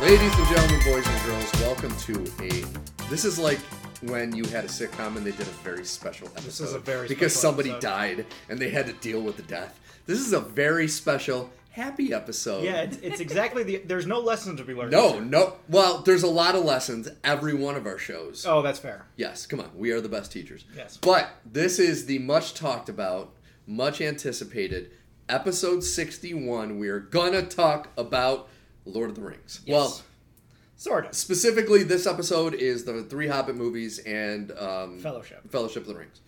Ladies and gentlemen, boys and girls, welcome to a. This is like when you had a sitcom and they did a very special episode. This is a very because special somebody episode. died and they had to deal with the death. This is a very special happy episode. Yeah, it's, it's exactly the. There's no lessons to be learned. No, no. Well, there's a lot of lessons every one of our shows. Oh, that's fair. Yes, come on. We are the best teachers. Yes. But this is the much talked about, much anticipated episode 61. We are going to talk about Lord of the Rings. Well, sort of. specifically, this episode is the three Hobbit movies and um, Fellowship. Fellowship of the Rings,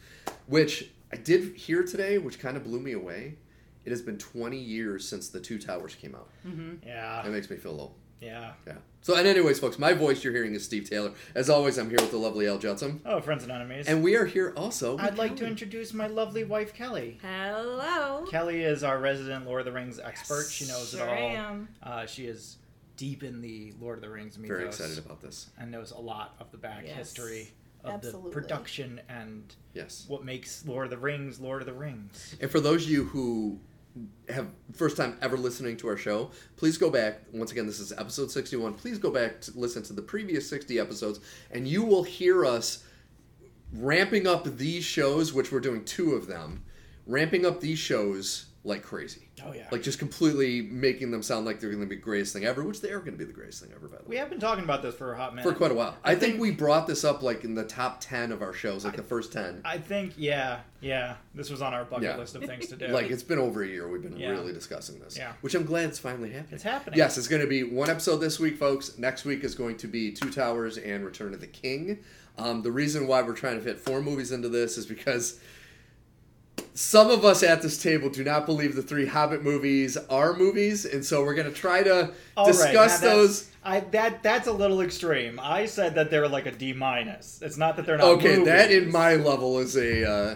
which I did hear today, which kind of blew me away. It has been 20 years since The Two Towers came out. That Yeah, makes me feel old. yeah. Yeah. So, and anyways, folks, my voice you're hearing is Steve Taylor. As always, I'm here with the lovely Elle Judson. Oh, friends and enemies. And we are here also. with I'd like to Kelly. introduce my lovely wife, Kelly. Hello. Kelly is our resident Lord of the Rings expert. She knows Sure it all. am. Uh, she is deep in the Lord of the Rings mythos. Very excited about this. And knows a lot of the back Yes. history of Absolutely. the production and Yes. what makes Lord of the Rings Lord of the Rings. And for those of you who have first time ever listening to our show, please go back. Once again, this is episode 61. Please go back to listen to the previous 60 episodes, and you will hear us ramping up these shows, which we're doing two of them, ramping up these shows like crazy. Oh yeah. Like just completely making them sound like they're going to be the greatest thing ever, which they are going to be the greatest thing ever, by the way. we have been talking about this for a hot minute. for quite a while. I think we brought this up like in the top ten of our shows, like the first ten. I think, yeah, yeah. This was on our bucket Yeah. list of things to do. Like it's been over a year we've been Yeah. really discussing this. Yeah. Which I'm glad it's finally happening. It's happening. Yes, it's going to be one episode this week, folks. Next week is going to be Two Towers and Return of the King. Um, the reason why we're trying to fit four movies into this is because some of us at this table do not believe the three Hobbit movies are movies, and so we're going to try to All right, discuss now that's- those. I that that's a little extreme. I said that they're like a D minus. It's not that they're not. Okay, that movies. in my level is a. Uh,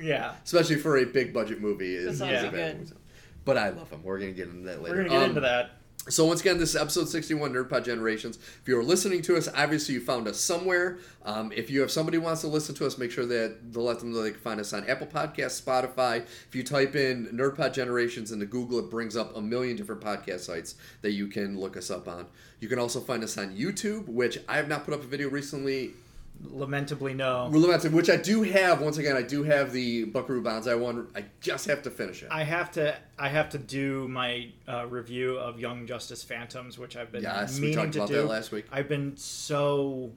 yeah. especially for a big budget movie is, That sounds is a bad good. movie. But I love them. We're gonna get into that later. We're gonna get Um, into that. So once again, this is episode 61, Nerd Pod Generations. If you are listening to us, obviously you found us somewhere. Um, if you have somebody who wants to listen to us, make sure that to let them know they can find us on Apple Podcasts, Spotify. If you type in Nerd Pod Generations into Google, it brings up a million different podcast sites that you can look us up on. You can also find us on YouTube, which I have not put up a video recently Lamentably, no. Rule of Matsu, which I do have. Once again, I do have the Buckaroo Banzai one. I just have to finish it. I have to. I have to do my uh, review of Young Justice Phantoms, which I've been Yes, we meaning talked to about do. that last week. I've been so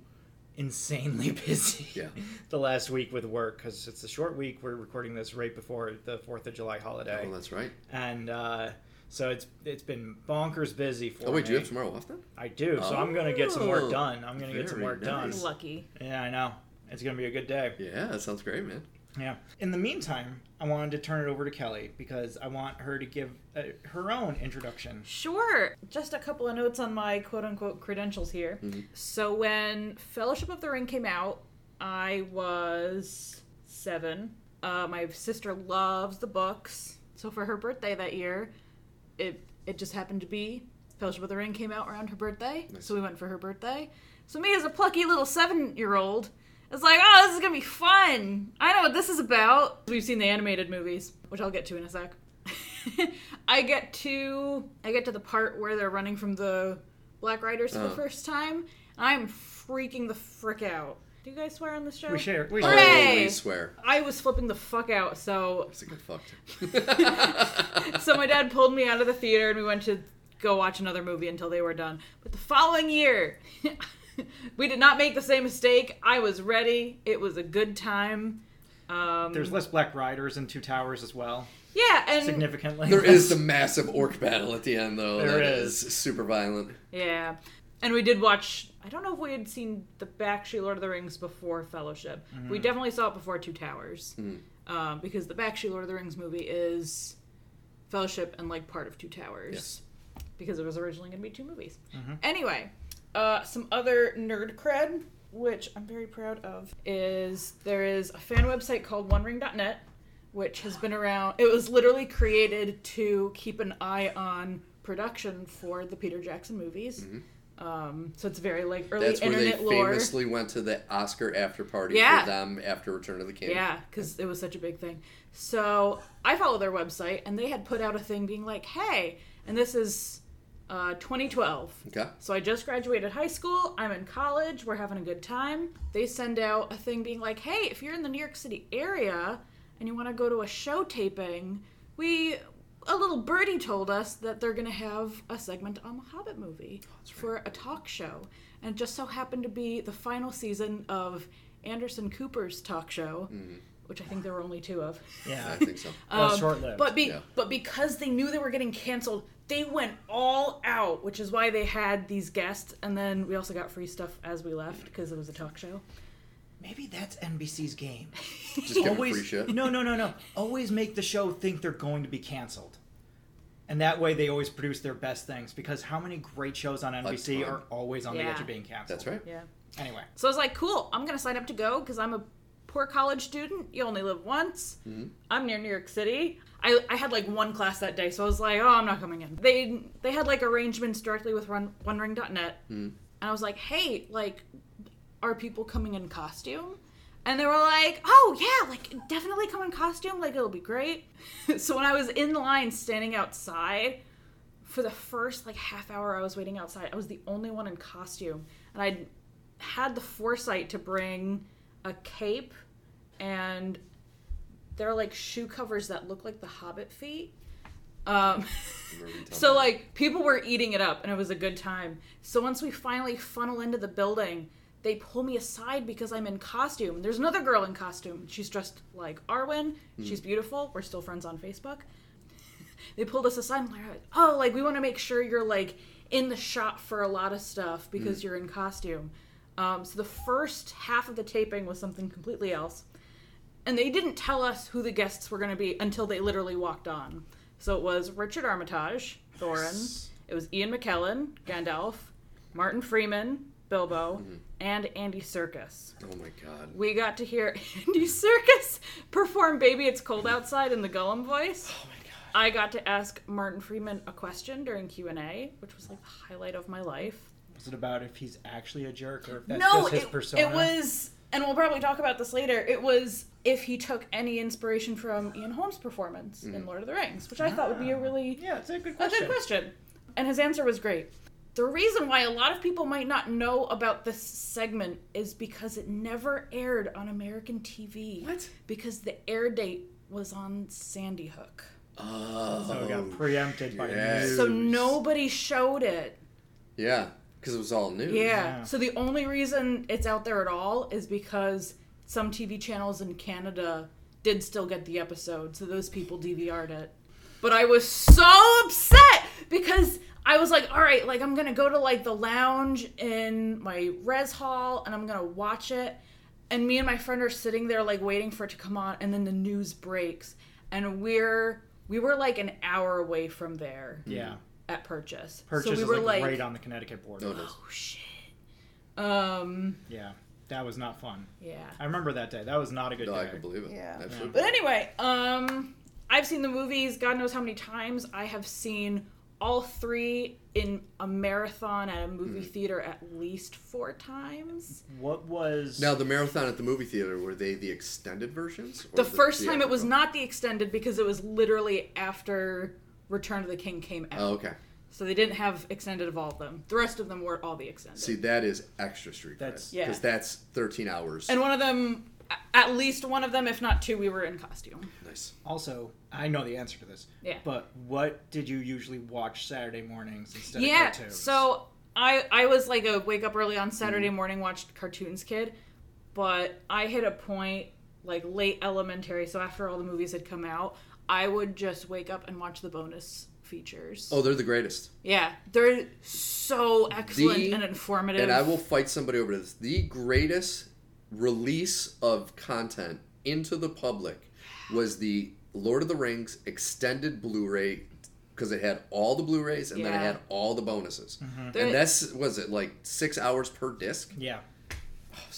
insanely busy. Yeah. the last week with work because it's a short week. We're recording this right before the Fourth of July holiday. oh, that's right. and uh, so it's it's been bonkers busy for Oh wait, me. do you have tomorrow off then? I do, so I'm gonna get some Oh, work done. I'm gonna get some very work nice. done. Lucky. Yeah, I know. It's gonna be a good day. Yeah, that sounds great, man. Yeah. In the meantime, I wanted to turn it over to Kelly because I want her to give uh, her own introduction. Sure. Just a couple of notes on my quote unquote credentials here. So when Fellowship of the Ring came out, I was seven. Uh, my sister loves the books. So for her birthday that year, it it just happened to be Fellowship of the Ring came out around her birthday. Nice. So we went for her birthday. So me as a plucky little seven year old is like, oh, this is gonna be fun. I know what this is about. We've seen the animated movies, which I'll get to in a sec. I get to I get to the part where they're running from the Black Riders for the Uh. first time. And I'm freaking the frick out. Do you guys swear on this show? We share. We share. Hooray! Oh, we swear. I was flipping the fuck out, so It's a good fuck. so my dad pulled me out of the theater and we went to go watch another movie until they were done. But the following year, we did not make the same mistake. I was ready. It was a good time. Um, There's less Black Riders in Two Towers as well, yeah, and significantly. There is the massive orc battle at the end, though. There that is. super violent. yeah, and we did watch. I don't know if we had seen the Bakshi Lord of the Rings before Fellowship. Mm-hmm. We definitely saw it before Two Towers, um, because the Bakshi Lord of the Rings movie is Fellowship and like part of Two Towers. Yes. Mm-hmm. because it was originally going to be two movies. Anyway, uh, some other nerd cred, which I'm very proud of, is there is a fan website called OneRing.net, which has been around. It was literally created to keep an eye on production for the Peter Jackson movies. Um, so it's very like early Mm-hmm. That's where they internet lore. famously went to the Oscar after party Yeah. for them after Return of the King. Yeah, because it was such a big thing. So I follow their website, and they had put out a thing being like, "Hey," and this is uh, 2012. Okay. So I just graduated high school. I'm in college. We're having a good time. They send out a thing being like, "Hey, if you're in the New York City area and you want to go to a show taping, we a little birdie told us that they're going to have a segment on the Hobbit movie for a talk show, and it just so happened to be the final season of Anderson Cooper's talk show, which I think there were only two of. I Yeah. think so. Well, Um, short-lived. But be, Yeah. but because they knew they were getting canceled, they went all out, which is why they had these guests, and then we also got free stuff as we left because it was a talk show. Maybe that's NBC's game. Just give them free Always shit. no, no, no, no. Always make the show think they're going to be canceled, and that way they always produce their best things. Because how many great shows on NBC ton. are always on the edge Yeah. of being canceled? That's right. Yeah. Anyway, So I was like, cool, I'm gonna sign up to go because I'm a poor college student. You only live once. I'm near New York City. I, I had like one class that day, so I was like, oh, I'm not coming in. They they had like arrangements directly with Run, OneRing.net, and I was like, hey, like, are people coming in costume? And they were like, oh, yeah, like, definitely come in costume. Like, it'll be great. so when I was in line standing outside, for the first like half hour I was waiting outside, I was the only one in costume. And I had the foresight to bring a cape and they're like shoe covers that look like the hobbit feet. Um, Remember you telling so me. like people were eating it up and it was a good time. So once we finally funnel into the building, they pull me aside because I'm in costume. There's another girl in costume. She's dressed like Arwen. She's beautiful. We're still friends on Facebook they pulled us aside and were like, oh, like we want to make sure you're like in the shot for a lot of stuff because you're in costume. Um, so the first half of the taping was something completely else, and they didn't tell us who the guests were going to be until they literally walked on. So it was Richard Armitage, Thorin. It was Ian McKellen, Gandalf, Martin Freeman, Bilbo, Mm-hmm. and Andy Serkis. Oh my god. We got to hear Andy Serkis perform "Baby It's Cold Outside" in the Gollum voice. oh my god. I got to ask Martin Freeman a question during Q and A, which was like the highlight of my life. Was it about if he's actually a jerk or if that's no, just his it, persona? it was, and we'll probably talk about this later. It was if he took any inspiration from Ian Holmes' performance in Lord of the Rings, which I thought would be a really Yeah, it's a Mm. Ah. good a question. good question. And his answer was great. The reason why a lot of people might not know about this segment is because it never aired on American TV. What? Because the air date was on Sandy Hook. Oh. So it got preempted by yes. news. So Oops. nobody showed it. Yeah, because it was all new. Yeah. Yeah. So the only reason it's out there at all is because some TV channels in Canada did still get the episode, so those people DVR'd it. But I was so upset because I was like, all right, like I'm gonna go to like the lounge in my res hall and I'm gonna watch it. And me and my friend are sitting there like waiting for it to come on, and then the news breaks, and we're we were like an hour away from there Yeah. at purchase. Purchase so we is were like, like, right on the Connecticut border. Mm. No, it is. oh shit. Um. Yeah. That was not fun. Yeah. I remember that day. That was not a good No, Oh, I day. can believe it. Yeah. Absolutely. But anyway, um, I've seen the movies. God knows how many times. I have seen all three in a marathon at a movie Mm. theater at least four times. What was Now, the marathon at the movie theater, were they the extended versions? or The first time it was theatrical? not the extended because it was literally after Return of the King came out. Oh, okay. So they didn't have extended of all of them. The rest of them were all the extended. See, that is extra street That's- cred. Yeah. Because that's 13 hours. and one of them, a- at least one of them, if not two, we were in costume. nice. also I know the answer to this. Yeah. But what did you usually watch Saturday mornings instead yeah of cartoons? so i i was like a wake up early on saturday Mm. morning watched cartoons kid but i hit a point like late elementary so after all the movies had come out i would just wake up and watch the bonus features Oh, they're the greatest. yeah they're so excellent The- and informative And I will fight somebody over this. The greatest release of content into the public was the Lord of the Rings extended Blu-ray because it had all the Blu-rays and then Yeah. it had all the bonuses. There- And that's was it like six hours per disc? Yeah.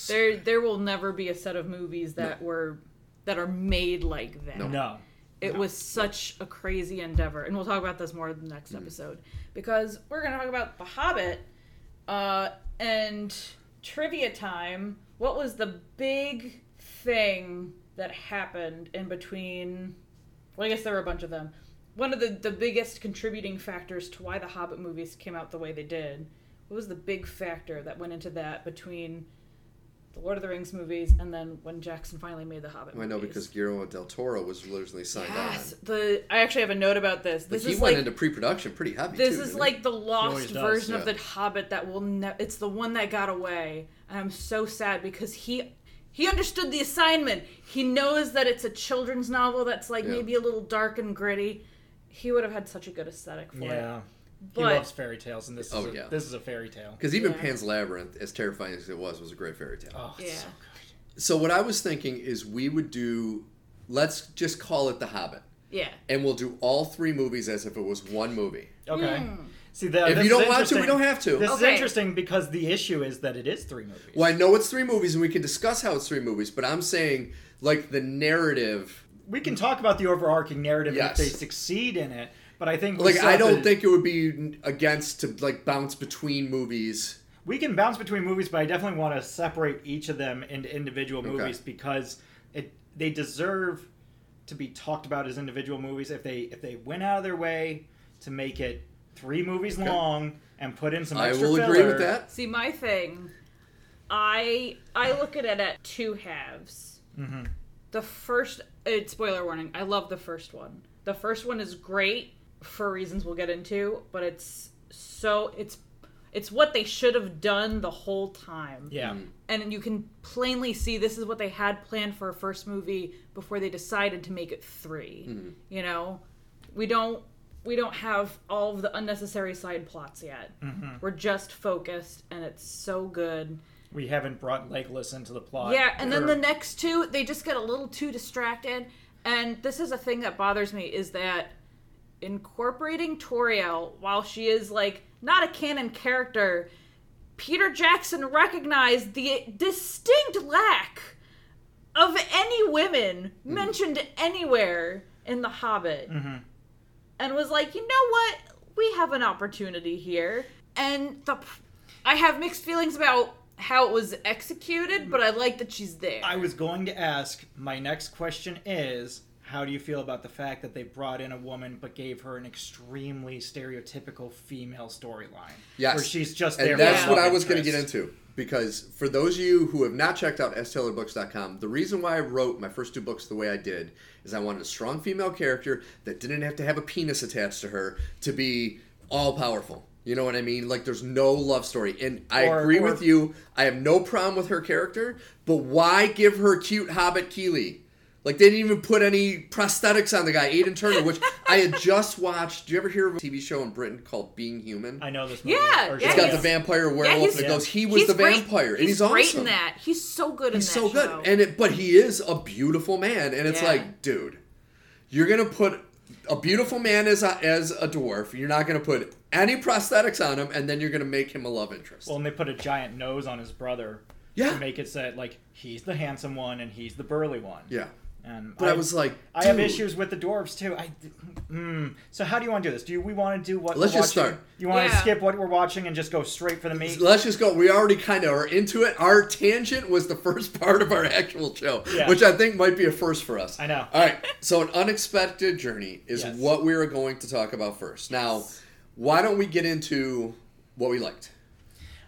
there there will never be a set of movies that were that are made like that No. It was such a crazy endeavor, and we'll talk about this more in the Mm. next episode because we're going to talk about The Hobbit uh, and trivia time. What was the big thing that happened in between? Well, I guess there were a bunch of them. one of the, the biggest contributing factors to why the Hobbit movies came out the way they did. What was the big factor that went into that between the Lord of the Rings movies and then when Jackson finally made the Hobbit? I know movies? because Guillermo del Toro was originally signed yes, on. the I actually have a note about this. But This he is went like into pre-production pretty heavy. this too, is didn't like the lost always does, version of yeah. the Hobbit that will never. It's the one that got away, and I'm so sad because he he understood the assignment. He knows that it's a children's novel that's like Yeah. maybe a little dark and gritty. He would have had such a good aesthetic for it. Yeah, he But- loves fairy tales, and this Oh, is a, yeah. this is a fairy tale. because even Yeah. Pan's Labyrinth, as terrifying as it was, was a great fairy tale. Oh, it's Yeah. so So what I was thinking is we would do, let's just call it The Hobbit, Yeah. and we'll do all three movies as if it was one movie. good. Okay. See that If Uh, this you don't is want to, we interesting. don't have to. This is Hmm. Okay. interesting because the issue is that it is three movies. Well, I know it's three movies, and we can discuss how it's three movies. But I'm saying like the narrative. We can talk about the overarching narrative Yes. if they succeed in it, but I think we Like still I have don't to- think it would be against to like bounce between movies. we can bounce between movies, but I definitely want to separate each of them into individual Okay. movies because it they deserve to be talked about as individual movies if they if they went out of their way to make it three movies Okay. long and put in some I extra will agree filler, with that. See, my thing, I I look at it at two halves. Mhm. The first, it's spoiler warning. I love the first one. The first one is great for reasons we'll get into, but it's so it's it's what they should have done the whole time. Yeah. Hmm. And you can plainly see this is what they had planned for a first movie before they decided to make it 3. You know, we don't we don't have all of the unnecessary side plots yet. We're just focused and it's so good. We haven't brought Legolas into the plot. Yeah, and then for- the next two, they just get a little too distracted. And this is a thing that bothers me is that incorporating Toriel, while she is like not a canon character, Peter Jackson recognized the distinct lack of any women Hmm. mentioned anywhere in The Hobbit Mm-hmm. and was like, you know what? We have an opportunity here. And the, I have mixed feelings about how it was executed, but I like that she's there. I was going to ask. My next question is: How do you feel about the fact that they brought in a woman but gave her an extremely stereotypical female storyline? Yes. where she's just there. And for that's love what I was going to interest. get into. Because for those of you who have not checked out staylarbooks.com, the reason why I wrote my first two books the way I did is I wanted a strong female character that didn't have to have a penis attached to her to be all powerful. You know what I mean? Like there's no love story. And I Or- agree or- with you. I have no problem with her character, but why give her cute hobbit Keeley? Like they didn't even put any prosthetics on the guy, Aiden Turner, which I had just watched. Do you ever hear of a TV show in Britain called Being Human? I know this movie. Yeah, or yeah, It's show. got the vampire Yeah, werewolf he's- and it goes, he was he's the great- vampire. and he's great awesome. in that. He's so good in He's that. so good. show. And it but he is a beautiful man. And it's Yeah. like, dude, you're gonna put a beautiful man as a as a dwarf, you're not gonna put any prosthetics on him, and then you're gonna make him a love interest. Well, and they put a giant nose on his brother Yeah. to make it say like he's the handsome one and he's the burly one. yeah. And But I, was like I have dude, issues with the dwarves too. I, mm. So how do you want to do this? Do you, we want to do what? Let's we're just watching? start. You want to Yeah. skip what we're watching and just go straight for the meat? Let's just go. We already kind of are into it. Our tangent was the first part of our actual show, Yeah. which I think might be a first for us. I know. All right. So, an unexpected journey is Yes. what we are going to talk about first. Now, why don't we get into what we liked?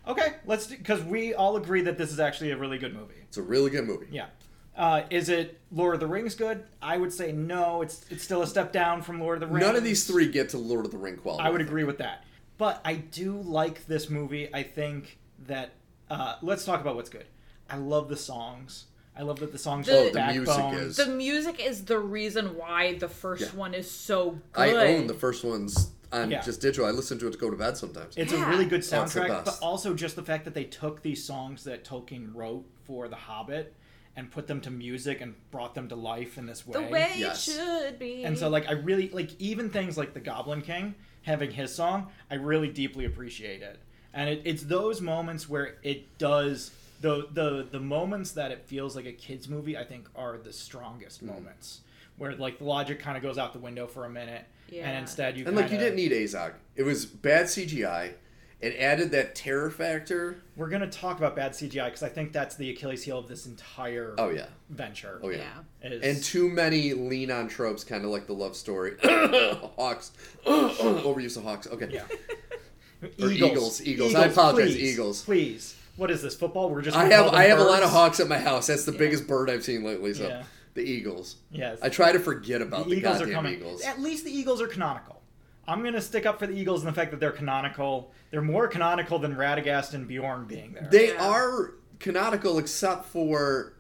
Okay, let's because we all agree that this is actually a really good movie. It's a really good movie. Yeah. Uh, is it Lord of the Rings good? I would say no. It's it's still a step down from Lord of the Rings. None of these three get to Lord of the Ring quality. I would agree with that. But I do like this movie. I think that uh, let's talk about what's good. I love the songs. I love that the songs The- are Oh, the music backbone. is- The music is the reason why the first Yeah. one is so good. I own the first ones on Yeah. just digital. I listen to it to go to bed sometimes. It's Yeah. a really good Oh, it's the soundtrack, but best. also just the fact that they took these songs that Tolkien wrote for The Hobbit and put them to music and brought them to life in this The way eh? Yes. it should be. And so, like, I really like even things like the Goblin King having his song. I really deeply appreciate it, and it, it's those moments where it does the the the moments that it feels like a kids movie. I think are the strongest Mm. moments where like the logic kind of goes out the window for a minute, Yeah. and instead you and kinda, like, you didn't need Azog. It was bad CGI. It added that terror factor. We're gonna talk about bad CGI because I think that's the Achilles heel of this entire Oh yeah, venture. oh yeah. yeah. Is- And too many lean on tropes, kind of like the love story. hawks, overuse of hawks. Okay. Yeah. Or eagles, eagles. I apologize, please, eagles. Please, what is this football? We're just. I gonna have call them I have a lot of birds? hawks at my house. That's the Yeah. biggest bird I've seen lately. So Yeah. the eagles. Yes, I try to forget about Oh, the, eagles are goddamn coming. eagles. At least the eagles are canonical. I'm gonna stick up for the eagles and the fact that they're canonical. They're more canonical than Radagast and Bjorn being there. They Yeah. are canonical, except for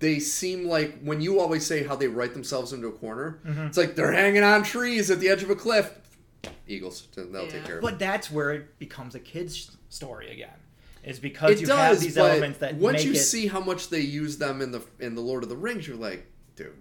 they seem like when you always say how they write themselves into a corner. Mm-hmm. It's like they're hanging on trees at the edge of a cliff. Eagles, that'll Yeah. take care of it. but that's where it becomes a kids' story again. Is because it you have does, these but elements that once make you it, see how much they use them in the in the Lord of the Rings, you're like, dude,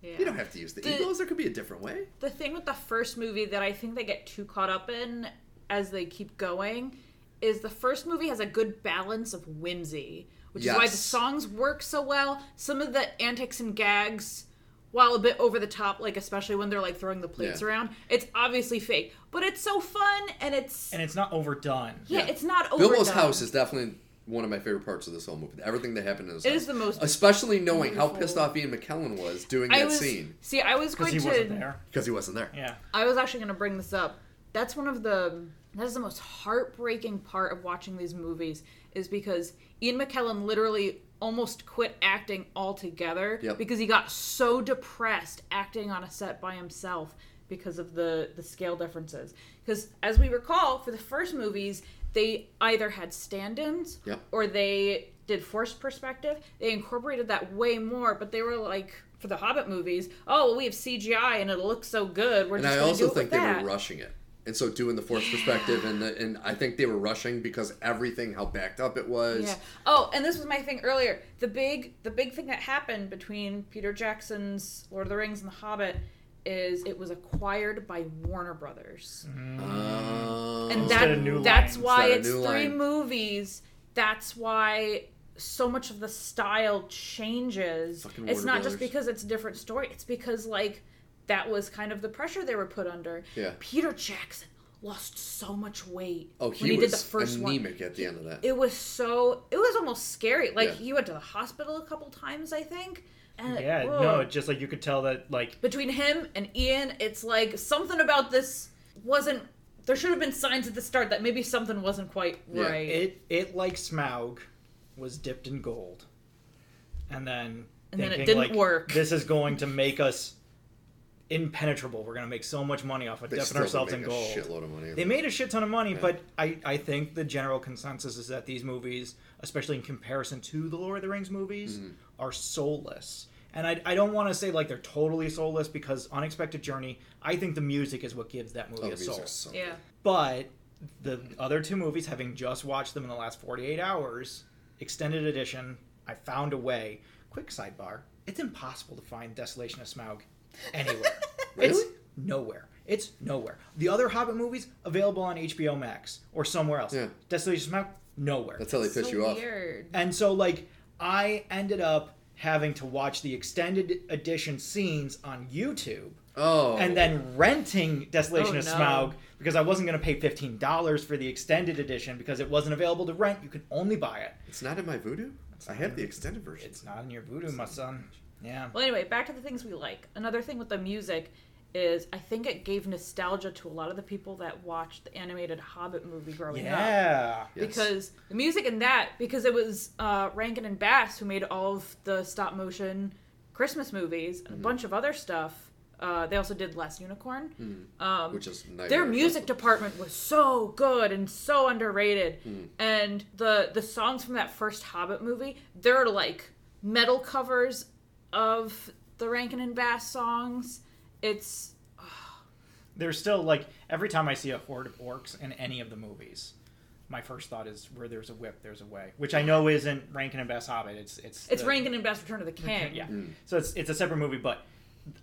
Yeah. you don't have to use the, The- eagles. There could be a different way. the thing with the first movie that I think they get too caught up in as they keep going is the first movie has a good balance of whimsy, which is why the Yes. songs work so well. Some of the antics and gags, while a bit over the top, like especially when they're like throwing the plates Yeah. around, it's obviously fake, but it's so fun and it's and it's not overdone. yeah, yeah. it's not overdone. Bilbo's house is definitely one of my favorite parts of this whole movie. Everything that happened in this It house. is the most. especially knowing how beautiful. pissed off Ian McKellen was doing I that was scene see, I was because going he to wasn't there. because he wasn't there. Yeah, I was actually going to bring this up. That's one of the that is the most heartbreaking part of watching these movies is because Ian McKellen literally almost quit acting altogether Yep. because he got so depressed acting on a set by himself because of the the scale differences. Because as we recall, for the first movies, they either had stand-ins Yep. or they did forced perspective. They incorporated that way more, but they were like for the Hobbit movies, oh, well, we have CGI and it'll look so good. We're And just I gonna do also it think with they that. were rushing it. And so doing the forced perspective and the, and I think they were rushing because everything how backed up it was. Yeah. Oh, and this was my thing earlier. The big the big thing that happened between Peter Jackson's Lord of the Rings and The Hobbit is it was acquired by Warner Brothers. Oh. And Instead of new that that's lines. why Instead of it's new three line. movies. That's why so much of the style changes. Fucking it's Warner not just Brothers. because it's a different story. It's because like that was kind of the pressure they were put under. Yeah. Peter Jackson lost so much weight oh, when he, he was did the first one anemic at the end of that. it was so it was almost scary like Yeah. he went to the hospital a couple times i think and yeah. whoa. No, it's just like you could tell that like between him and ian it's like something about this wasn't there should have been signs at the start that maybe something wasn't quite Yeah. right it it like Smaug was dipped in gold, and then And then it thinking, didn't like, work. This is going to make us impenetrable. We're gonna make so much money off of they dipping still ourselves make in a gold. shitload of money. They made a shit ton of money, but I, I think the general consensus is that these movies, especially in comparison to the Lord of the Rings movies, Mm-hmm. are soulless. And I, I don't want to say like they're totally soulless because Unexpected Journey, I think the music is what gives that movie oh, a soul. music's so yeah But the other two movies, having just watched them in the last 48 hours, extended edition, I found a way. Quick sidebar it's impossible to find Desolation of Smaug anywhere. It's Really? nowhere. It's nowhere. The other Hobbit movies available on HBO Max or somewhere else. Yeah. Desolation of Smaug, nowhere. That's how they piss so you off. weird And so, like, I ended up having to watch the extended edition scenes on YouTube Oh. and then renting Desolation Oh, of no. Smaug because I wasn't going to pay $15 for the extended edition because it wasn't available to rent. You could only buy it. it's not in my voodoo? I have the extended version. It's not in your voodoo, my son. Yeah. well anyway back to the things we like another thing with the music is i think it gave nostalgia to a lot of the people that watched the animated hobbit movie growing up Yeah. Yes. because the music in that because it was uh, Rankin and Bass who made all of the stop motion Christmas movies and a bunch of other stuff. Uh, they also did Last Unicorn. Um, which is their nightmare music festival. department was so good and so underrated. And the the songs from that first Hobbit movie, they're like metal covers of the Rankin and Bass songs. It's There's still, like, every time I see a horde of orcs in any of the movies. My first thought is where there's a whip, there's a way, which I know isn't Rankin and Bass Hobbit. It's it's it's the- Rankin and Bass Return of the King. Yeah. Mm. So it's it's a separate movie, but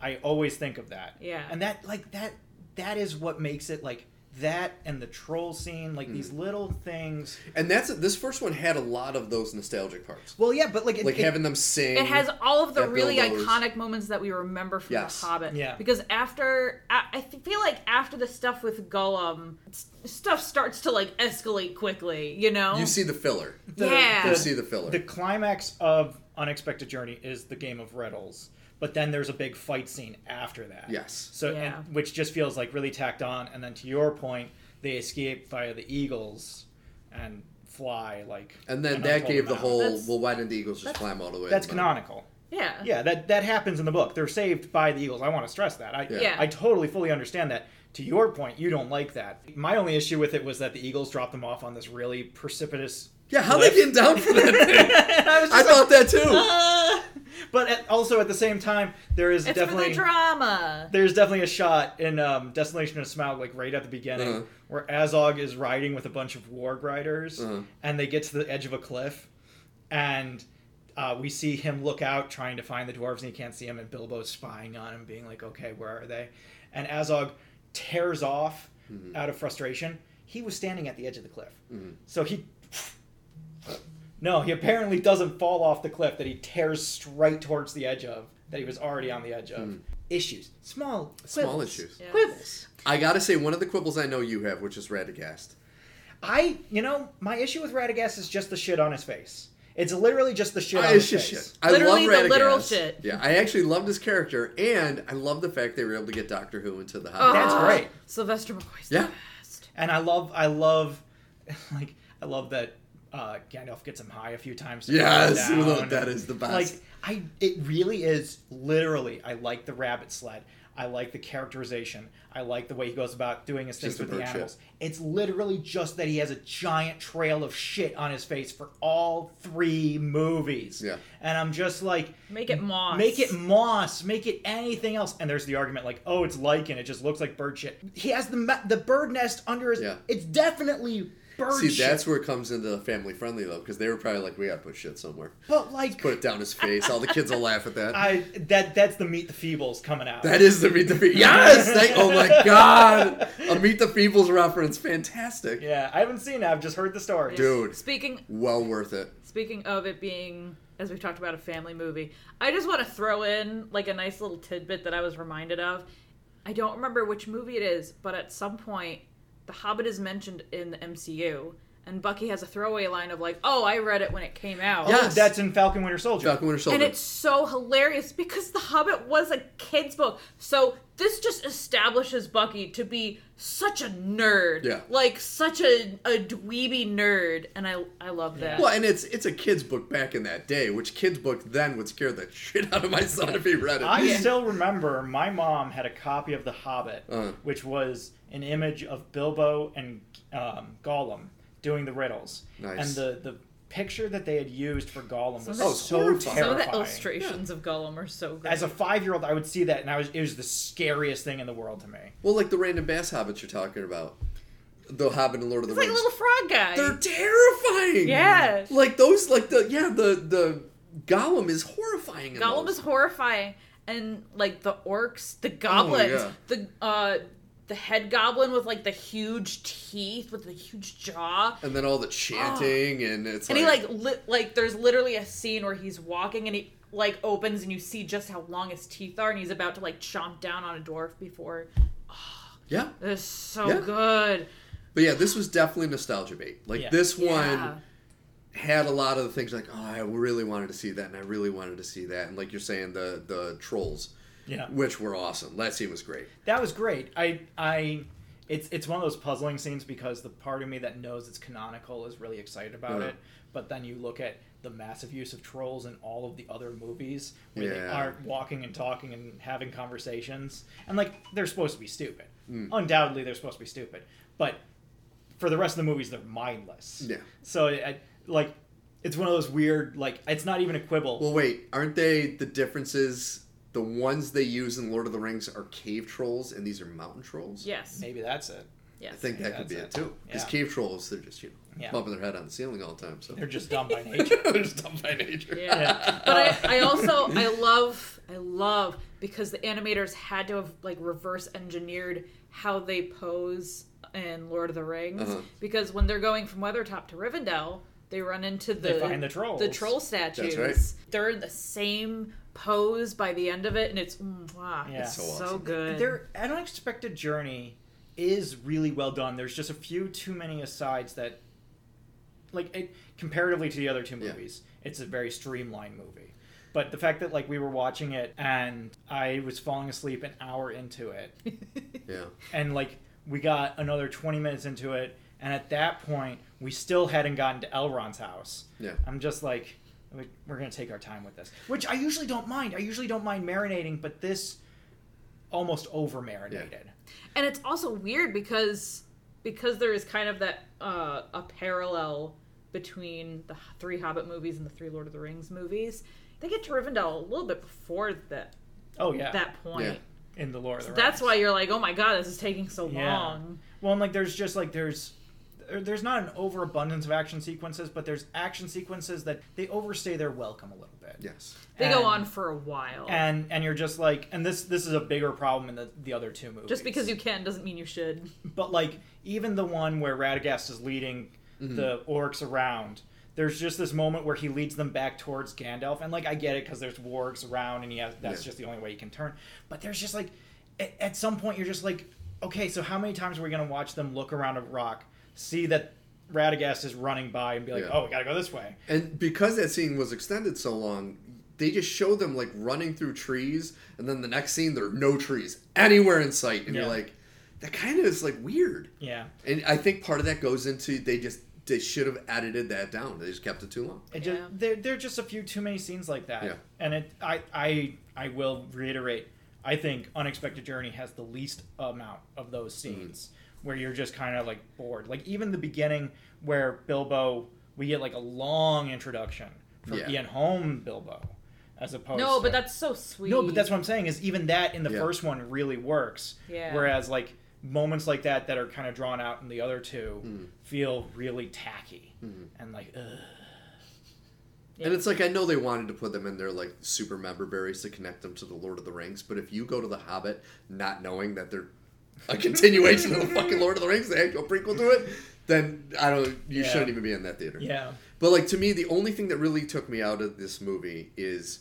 I always think of that. Yeah. And that like that that is what makes it like that and the troll scene, like Mm. these little things. And that's this first one had a lot of those nostalgic parts, Well, yeah, but like, it, like it- having them sing. It has all of the That Bill really Withers- iconic moments that we remember from Yes. The Hobbit. Yeah. Because after, I, I feel like after the stuff with Gollum, s- stuff starts to like escalate quickly. You know. You see the filler. the, yeah. You see the filler. The climax of Unexpected Journey is the game of riddles, but then there's a big fight scene after that. Yes. So, Yeah. and, which just feels like really tacked on. And then to your point, they escape via the eagles and fly like. and then an that untold gave the amount. whole That's- well, why didn't the Eagles just that's- climb all the way? to That's the mountain?" canonical. yeah. Yeah, that that happens in the book. They're saved by the Eagles. I want to stress that. I Yeah. Yeah. I totally fully understand that. To your point, you don't like that. My only issue with it was that the Eagles dropped them off on this really precipitous. Yeah, how they cliff. getting down from that thing? And I was I just thought that too. "Ah." but at, also at the same time, there is It's for definitely Uh, the drama. there's definitely a shot in um, Desolation of Smaug, like right at the beginning, Uh-huh. where Azog is riding with a bunch of warg riders, Uh-huh. and they get to the edge of a cliff, and uh, we see him look out trying to find the dwarves, and he can't see him, and Bilbo's spying on him, being like, "Okay, where are they?" And Azog tears off Mm-hmm. out of frustration. He was standing at the edge of the cliff, so he. No, he apparently doesn't fall off the cliff that he tears straight towards the edge of, that he was already on the edge of. Issues. Small. Mm-hmm. Small quibbles. issues. Yeah. Quibbles. I gotta say, one of the quibbles I know you have, which is Radagast. I, you know, my issue with Radagast is just the shit on his face. It's literally just the shit Uh, on his it's just face. shit. I Literally love Radagast. the literal shit. Yeah, I actually loved his character, and I love the fact they were able to get Doctor Who into the Oh, Hobbit. That's great. Sylvester McCoy's Yeah. the best. And I love, I love, like, I love that uh, Gandalf gets him high a few times. to Yes, calm him no, down. that is the best. Like, I, it really is literally. I like the rabbit sled. I like the characterization. I like the way he goes about doing his things Just a with the bird shit. animals. It's literally just that he has a giant trail of shit on his face for all three movies. Yeah. And I'm just like, Make it moss. Make it moss. Make it anything else. And there's the argument like, oh, it's lichen. It just looks like bird shit. He has the ma- the bird nest under his. Yeah. It's definitely bird See, shit. that's where it comes into the family friendly though, because they were probably like, we gotta put shit somewhere. But like, Put it down his face. All the kids will laugh at that. I that that's the meet the feebles coming out. that is the Meet the Feebles. Yes! Thank- oh my god! A Meet the Feebles reference. Fantastic. yeah, I haven't seen it. I've just heard the story. Yes. Dude. Speaking Well worth it. Speaking of it being, as we've talked about, a family movie, I just want to throw in like a nice little tidbit that I was reminded of. I don't remember which movie it is, but at some point, The Hobbit is mentioned in the MCU, and Bucky has a throwaway line of like, "Oh, I read it when it came out." Yeah. Oh, that's in Falcon Winter Soldier. Falcon Winter Soldier. And it's so hilarious because The Hobbit was a kid's book. So this just establishes Bucky to be such a nerd. Yeah. Like such a, a dweeby nerd. And I I love that. well, and it's it's a kid's book back in that day, which kid's book then would scare the shit out of my son if he read it. I still remember my mom had a copy of The Hobbit, Uh. which was an image of Bilbo and um, Gollum doing the riddles. Nice. And the, the picture that they had used for Gollum was Some of the- Oh, so it's horrifying. Some of terrifying. the illustrations of Gollum are so great. As a five year old, I would see that, and I was it was the scariest thing in the world to me. Well, like the random bass hobbits you're talking about, the Hobbit and Lord of the it's like a Rings. little frog guy. They're terrifying. Yeah. Like those, like the yeah, the the Gollum is horrifying. In Gollum those. is horrifying, and like the orcs, the goblins, yeah. the uh, the head goblin with like the huge teeth with the huge jaw. and then all the chanting and it's Ah. And he like, like li- like there's literally a scene where he's walking and he like opens and you see just how long his teeth are and he's about to like chomp down on a dwarf before. yeah, This is so Yeah. good. but yeah, this was definitely nostalgia bait. Like Yeah. this one Yeah. had a lot of the things like oh, I really wanted to see that and I really wanted to see that and like you're saying the the trolls, Yeah. which were awesome. That scene was great. That was great. I I it's it's one of those puzzling scenes because the part of me that knows it's canonical is really excited about Yeah. it, but then you look at the massive use of trolls in all of the other movies where they Yeah. aren't walking and talking and having conversations. And like they're supposed to be stupid. Mm. Undoubtedly they're supposed to be stupid. But for the rest of the movies they're mindless. Yeah. So I, I- like it's one of those weird like it's not even a quibble. Well, wait, aren't they the differences? The ones they use in Lord of the Rings are cave trolls, and these are mountain trolls. Yes. Maybe that's it. Yes. I think that could That's be it. it, too. Because Yeah. cave trolls, they're just you know Yeah. bumping their head on the ceiling all the time. So They're just dumb by nature. they're just dumb by nature. Yeah. Yeah. But I, I also I love I love because the animators had to have like reverse engineered how they pose in Lord of the Rings Uh-huh. because when they're going from Weathertop to Rivendell, they run into the They find the trolls. the troll statues. right. They're in the same pose by the end of it, and it's wow, Yeah. It's so so, awesome. good. Their unexpected journey is really well done. There's just a few too many asides that, like, it, comparatively to the other two Yeah. movies, it's a very streamlined movie. But the fact that like we were watching it and I was falling asleep an hour into it, Yeah. and like we got another 20 minutes into it, and at that point we still hadn't gotten to Elrond's house. Yeah. I'm just like, we- we're gonna take our time with this, which I usually don't mind. I usually don't mind marinating, but this almost over marinated. and it's also weird because because there is kind of that uh, a parallel between the three Hobbit movies and the three Lord of the Rings movies. They get to Rivendell a little bit before that Oh yeah, that point. Yeah. in the Lord of the Rings. That's why you're like, oh my god, this is taking so Yeah. long. Well, and like there's just like there's there- there's not an overabundance of action sequences, but there's action sequences that they overstay their welcome a little bit. Yes. They go And- on for a while. And and you're just like, and this this is a bigger problem in the the other two movies. Just because you can doesn't mean you should. but like even the one where Radagast is leading Mm-hmm. the orcs around, there's just this moment where he leads them back towards Gandalf, and like I get it because there's wargs around, and he has that's Yeah. just the only way he can turn. But there's just like at, at some point you're just like, okay, so how many times are we gonna watch them look around a rock, see that Radagast is running by, and be like, Yeah. oh, we gotta go this way? And because that scene was extended so long, they just show them like running through trees, and then the next scene there are no trees anywhere in sight, and Yeah. you're like, that kind of is like weird. Yeah, And I think part of that goes into they just they should have edited that down. They just kept it too long. It Yeah. just there there are just a few too many scenes like that. Yeah. And it I I I will reiterate, I think Unexpected Journey has the least amount of Mm. those scenes where you're just kind of like bored. Like even the beginning where Bilbo we get like a long introduction from Yeah. Ian Holm Bilbo as opposed No, to, but that's so sweet. Oh, No, but that's what I'm saying is even that in the Yeah. first one really works. Yeah. Whereas like moments like that that are kind of drawn out in the other two Mm. feel really tacky and like ugh. And it's like I know they wanted to put them in their like super member berries to connect them to the Lord of the Rings, but if you go to the Hobbit not knowing that they're a continuation of the fucking Lord of the Rings, the actual prequel to it, then I don't you Yeah. shouldn't even be in that theater. yeah. But like to me, the only thing that really took me out of this movie is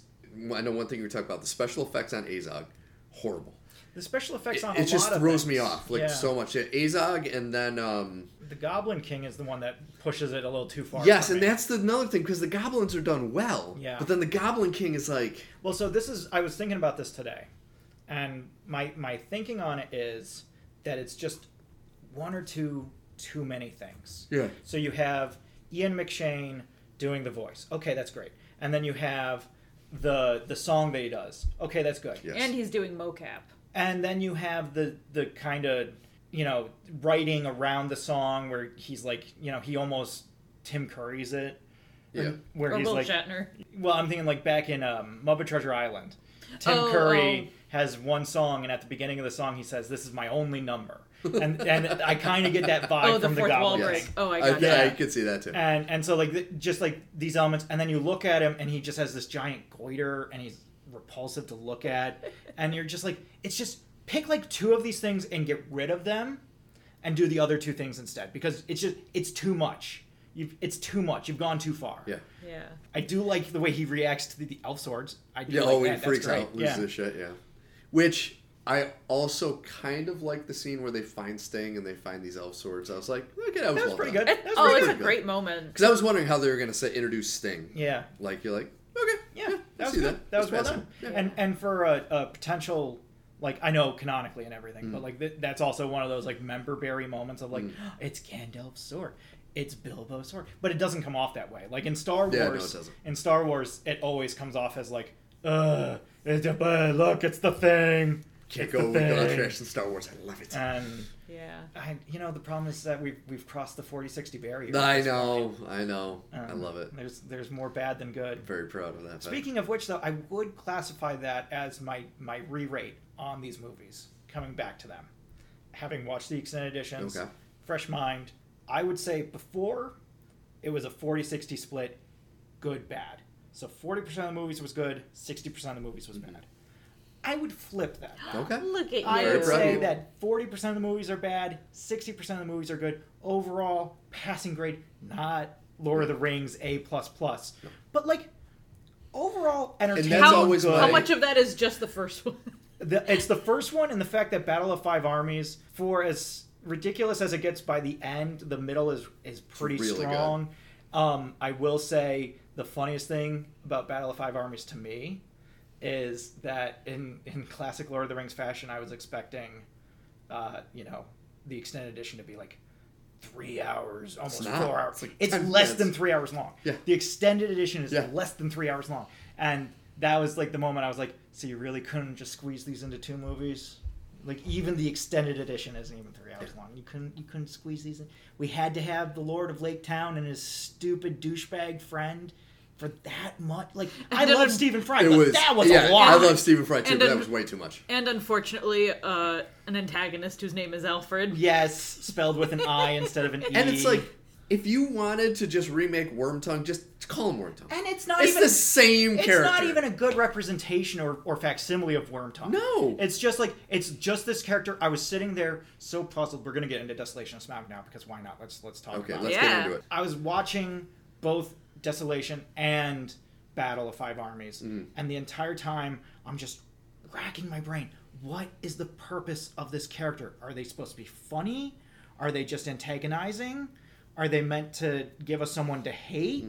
I know one thing you were talking about the special effects on Azog, horrible. The special effects It, on it a just lot of throws things. me off like Yeah. so much. Azog and then um, The Goblin King is the one that pushes it a little too far. yes, for and me. that's the another thing because the goblins are done well. Yeah. But then the Goblin King is like well. So this is I was thinking about this today, and my my thinking on it is that it's just one or two too many things. yeah. So you have Ian McShane doing the voice. Okay, that's great. And then you have the the song that he does. Okay, that's good. Yes. And he's doing mocap. and then you have the the kind of you know writing around the song where he's like you know he almost Tim Curry's it Yeah. where Or he's Will like Shatner. well I'm thinking like back in um, Muppet Treasure Island Tim Oh, Curry oh. has one song and at the beginning of the song he says this is my only number and and I kind of get that vibe Oh, the from the fourth wall Goblin Yes. King. break. Oh, I I, got yeah, I it. could see that too. and and so like th- just like these elements and then you look at him and he just has this giant goiter and he's repulsive to look at and you're just like it's just pick like two of these things and get rid of them and do the other two things instead because it's just it's too much you've it's too much you've gone too far Yeah. Yeah. i do like the way he reacts to the, the elf swords i do Yeah, like oh, that. he That's freaks great. out, loses yeah his shit, yeah. Which I also kind of like the scene where they find Sting and they find these elf swords. I was like, okay, that was, that was well pretty done. good that was oh, pretty it's a good good. great moment. Because I was wondering how they were gonna say introduce Sting. yeah Like you're like, okay, Yeah, I that was see good. that. That, That's was well done. passable. And and for a, a potential, like I know canonically and everything, Mm. but like th- that's also one of those like member berry moments of like it's Gandalf's sword, it's Bilbo's sword, but it doesn't come off that way. Like in Star Wars, Yeah, no, it doesn't. in Star Wars, it always comes off as like, uh, it's a, but look, it's the thing. can't It's go the with God thing." oh, Uh, trash and Star Wars. I love it. And Yeah. I, you know, the problem is that we've we've crossed the 40-60 barrier. I know, I know, I Um, love it. There's there's more bad than good. Very proud of that. but- Speaking of which, though, I would classify that as my my re-rate on these movies. Coming back to them, having watched the extended editions, Okay. fresh mind, I would say before it was a 40-60 split, good bad. So forty percent of the movies was good, sixty percent of the movies was bad. I would flip that. Mm-hmm. Okay. Look at you. I Very would proud of say you. that 40% of the movies are bad, 60% of the movies are good. Overall, passing grade, not Lord of the Rings A plus plus, but like overall entertainment. that's always good. my- How much of that is just the first one? The, it's the first one, and the fact that Battle of Five Armies, for as ridiculous as it gets by the end, the middle is is pretty really good. strong. Um, I will say the funniest thing about Battle of Five Armies to me is that in in classic Lord of the Rings fashion, I was expecting, uh, you know, the extended edition to be like. Three hours, almost not. four hours. It's It's, like 10 less minutes. than three hours long. Yeah. The extended edition is Yeah. less than three hours long. And that was like the moment I was like, so you really couldn't just squeeze these into two movies? Like even the extended edition isn't even three hours long. You couldn't you couldn't squeeze these in. We had to have the Lord of Lake Town and his stupid douchebag friend for that much. Like I then love it- Stephen Fry, It but was that was yeah, a lot. I love Stephen Fry too, And but that then- was way too much. And unfortunately, uh, an antagonist whose name is Alfred. yes, spelled with an I instead of an E. And it's like if you wanted to just remake Wormtongue, just call him Wormtongue. and it's not It's even the same it's character. not even a good representation or, or facsimile of Wormtongue. No. It's just like, it's just this character. I was sitting there so puzzled. We're going to get into Desolation of Smaug now because why not? Let's let's talk Okay, about let's it. get Yeah. into it. I was watching both Desolation and Battle of Five Armies. And the entire time, I'm just racking my brain. What is the purpose of this character? Are they supposed to be funny? Are they just antagonizing? Are they meant to give us someone to hate?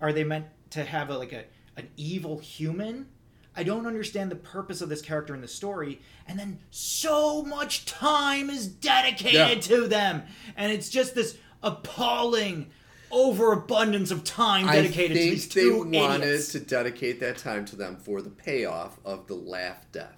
Are they meant to have a, like a an evil human? I don't understand the purpose of this character in the story, and then so much time is dedicated Yeah. to them, and it's just this appalling overabundance of time I dedicated to think these they two wanted idiots. to dedicate that time to them for the payoff of the laugh death,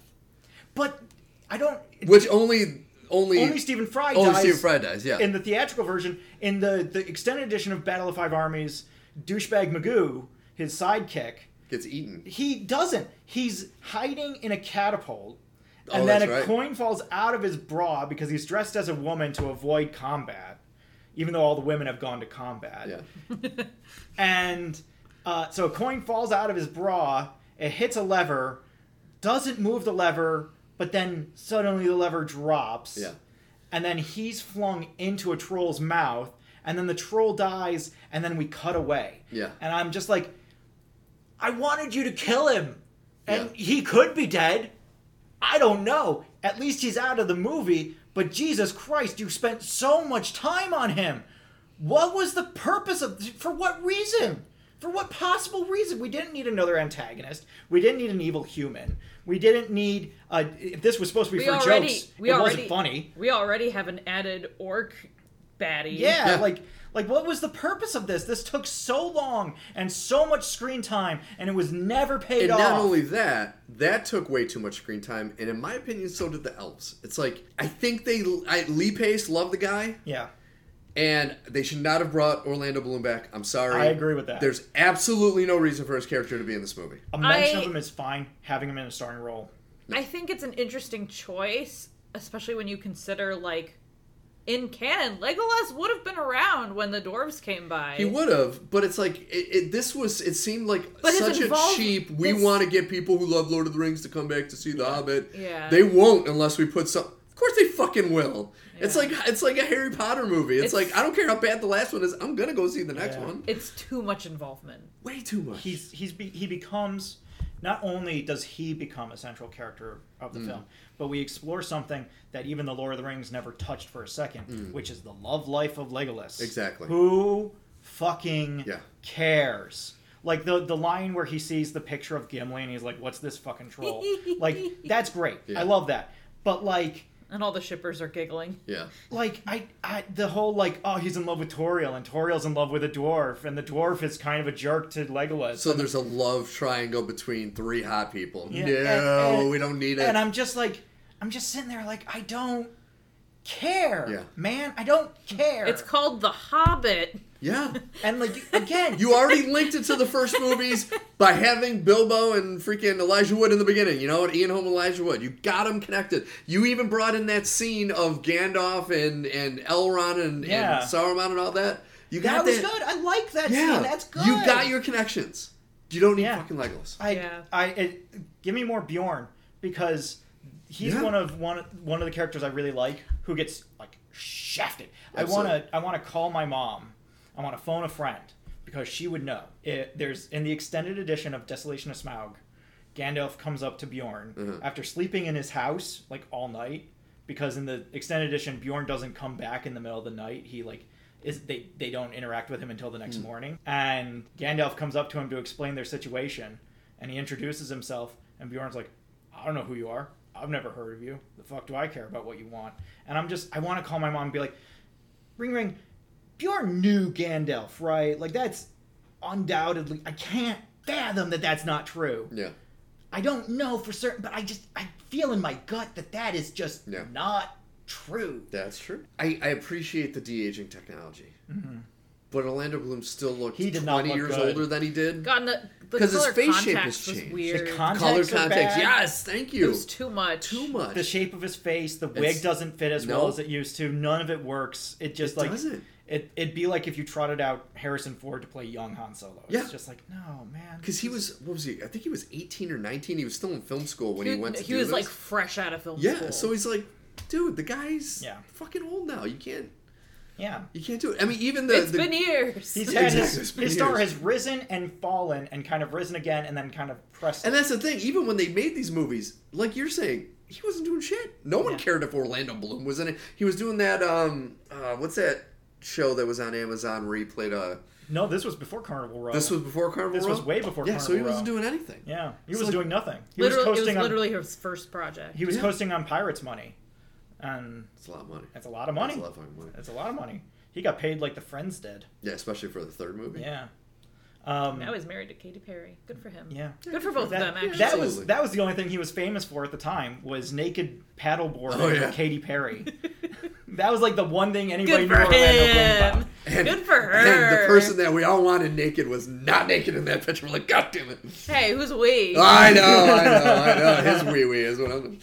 But I don't. which only only Only Stephen Fry only dies. Stephen Fry dies. Yeah, in the theatrical version, in the, the extended edition of Battle of Five Armies, douchebag Magoo, his sidekick, gets eaten. he doesn't. He's hiding in a catapult, and Oh, then that's a right. coin falls out of his bra because he's dressed as a woman to avoid combat, even though all the women have gone to combat. Yeah, And uh, so a coin falls out of his bra, it hits a lever, doesn't move the lever, but then suddenly the lever drops. Yeah. And then he's flung into a troll's mouth, and then the troll dies, and then we cut away. Yeah. And I'm just like, I wanted you to kill him. And Yeah. he could be dead. I don't know. At least he's out of the movie, but Jesus Christ, you spent so much time on him. What was the purpose of for what reason? For what possible reason? We didn't need another antagonist. We didn't need an evil human. We didn't need uh, if this was supposed to be We for already, jokes. we it already, wasn't funny. We already have an added orc baddie. Yeah, Yeah. like like what was the purpose of this? This took so long and so much screen time and it was never paid and off. not only that, that took way too much screen time, and in my opinion, so did the elves. It's like I think they I, Lee Pace loved the guy, yeah. and they should not have brought Orlando Bloom back. I'm sorry. I agree with that. There's absolutely no reason for his character to be in this movie. A mention of I- him is fine. Having him in a starring role. I think it's an interesting choice, especially when you consider like in canon, Legolas would have been around when the dwarves came by. He would have, but it's like it, it, this was. It seemed like But his such a involve- cheap. We this- want to get people who love Lord of the Rings to come back to see The Hobbit. Yeah. they won't unless we put some. Of course, they fucking will. It's Yeah. like it's like a Harry Potter movie. It's, It's- like I don't care how bad the last one is. I'm gonna go see the next Yeah. one. It's too much involvement. Way too much. he's he's be, he becomes not only does he become a central character of the Mm. film, but we explore something that even the Lord of the Rings never touched for a second, which is the love life of Legolas. Mm. Exactly. Who fucking Yeah. cares? Like the the line where he sees the picture of Gimli and he's like, "What's this fucking troll?" like that's great. Yeah. I love that. But like And all the shippers are giggling. yeah, like I, I the whole like oh he's in love with Toriel and Toriel's in love with a dwarf and the dwarf is kind of a jerk to Legolas. so there's a love triangle between three hot people. Yeah, Yeah, and- and- we don't need it. and I'm just like, I'm just sitting there like, I don't care, Yeah. man. I don't care. It's called The Hobbit. yeah, and like again, you already linked it to the first movies by having Bilbo and freaking Elijah Wood in the beginning. You know, and Ian Holm, and Elijah Wood. You got them connected. You even brought in that scene of Gandalf and and Elrond and, Yeah. and Sauron and all that. You that got was good. I like that Yeah, scene. That's good. You got your connections. You don't need Yeah. fucking Legolas. I, Yeah. I, it, give me more Bjorn. because he's Yeah. one of one one of the characters I really like who gets like shafted. I want to I want to call my mom. I want to phone a friend because she would know. It, there's in the extended edition of Desolation of Smaug, Gandalf comes up to Bjorn after sleeping in his house like all night because in the extended edition Bjorn doesn't come back in the middle of the night. He like is they they don't interact with him until the next morning. And Gandalf comes up to him to explain their situation and he introduces himself and Bjorn's like, I don't know who you are. I've never heard of you. The fuck do I care about what you want? And I'm just I want to call my mom and be like, Ring ring, Bjorn knew Gandalf, right? Like that's undoubtedly I can't fathom that that's not true. Yeah. I don't know for certain, but I just I feel in my gut that that is just Yeah. not true. That's true. I, I appreciate the de aging technology, but Orlando Bloom still looked Mm-hmm. He did not twenty look years good. older than he did. God, the, the 'Cause his color face shape context has was changed. weird. The con- Color Contacts are contacts. bad. Yes, thank it you. was too much. Too much. The shape of his face, the wig It's- doesn't fit as No. well as it used to. None of it works. It just It like doesn't. it it'd be like if you trotted out Harrison Ford to play young Han Solo. Yeah. It's just like no man. Because he was, what was he? I think he was 18 or 19. He was still in film school when he, went to he do was this. like fresh out of film yeah. school. So he's like, dude, the guy's Yeah. fucking old now. You can't, Yeah. you can't do it. I mean, even the, it's the been years. He's had Exactly, it's his, been his star years. has risen and fallen and kind of risen again and then kind of pressed. and that's the thing. Even when they made these movies, like you're saying, he wasn't doing shit. No one Yeah. cared if Orlando Bloom was in it. He was doing that. Um, uh, what's that show that was on Amazon where he played a? no, this was before Carnival Row. This was before Carnival. This was Row? way before Yeah, so he Carnival wasn't Row. doing anything. yeah. He It's was like- doing nothing. He literally, was it was coasting on literally his first project. He was Yeah. coasting on pirates' money, and It's a lot of money. that's a lot of money. It's a lot of fucking money. That's a lot of money. He got paid like the Friends did. Yeah, especially for the third movie. Yeah. Um, now he's married to Katy Perry. Good for him. yeah. Good for both That, of them, actually. that was Absolutely. that was the only thing he was famous for at the time was naked paddleboard Oh, with yeah. Katy Perry. that was like the one thing anybody Good knew for Orlando Bloom him. about. And- Good for her. And the person that we all wanted naked was not naked in that picture. We're like, God damn it. hey, who's we? I know, I know, I know. His wee wee is what I'm.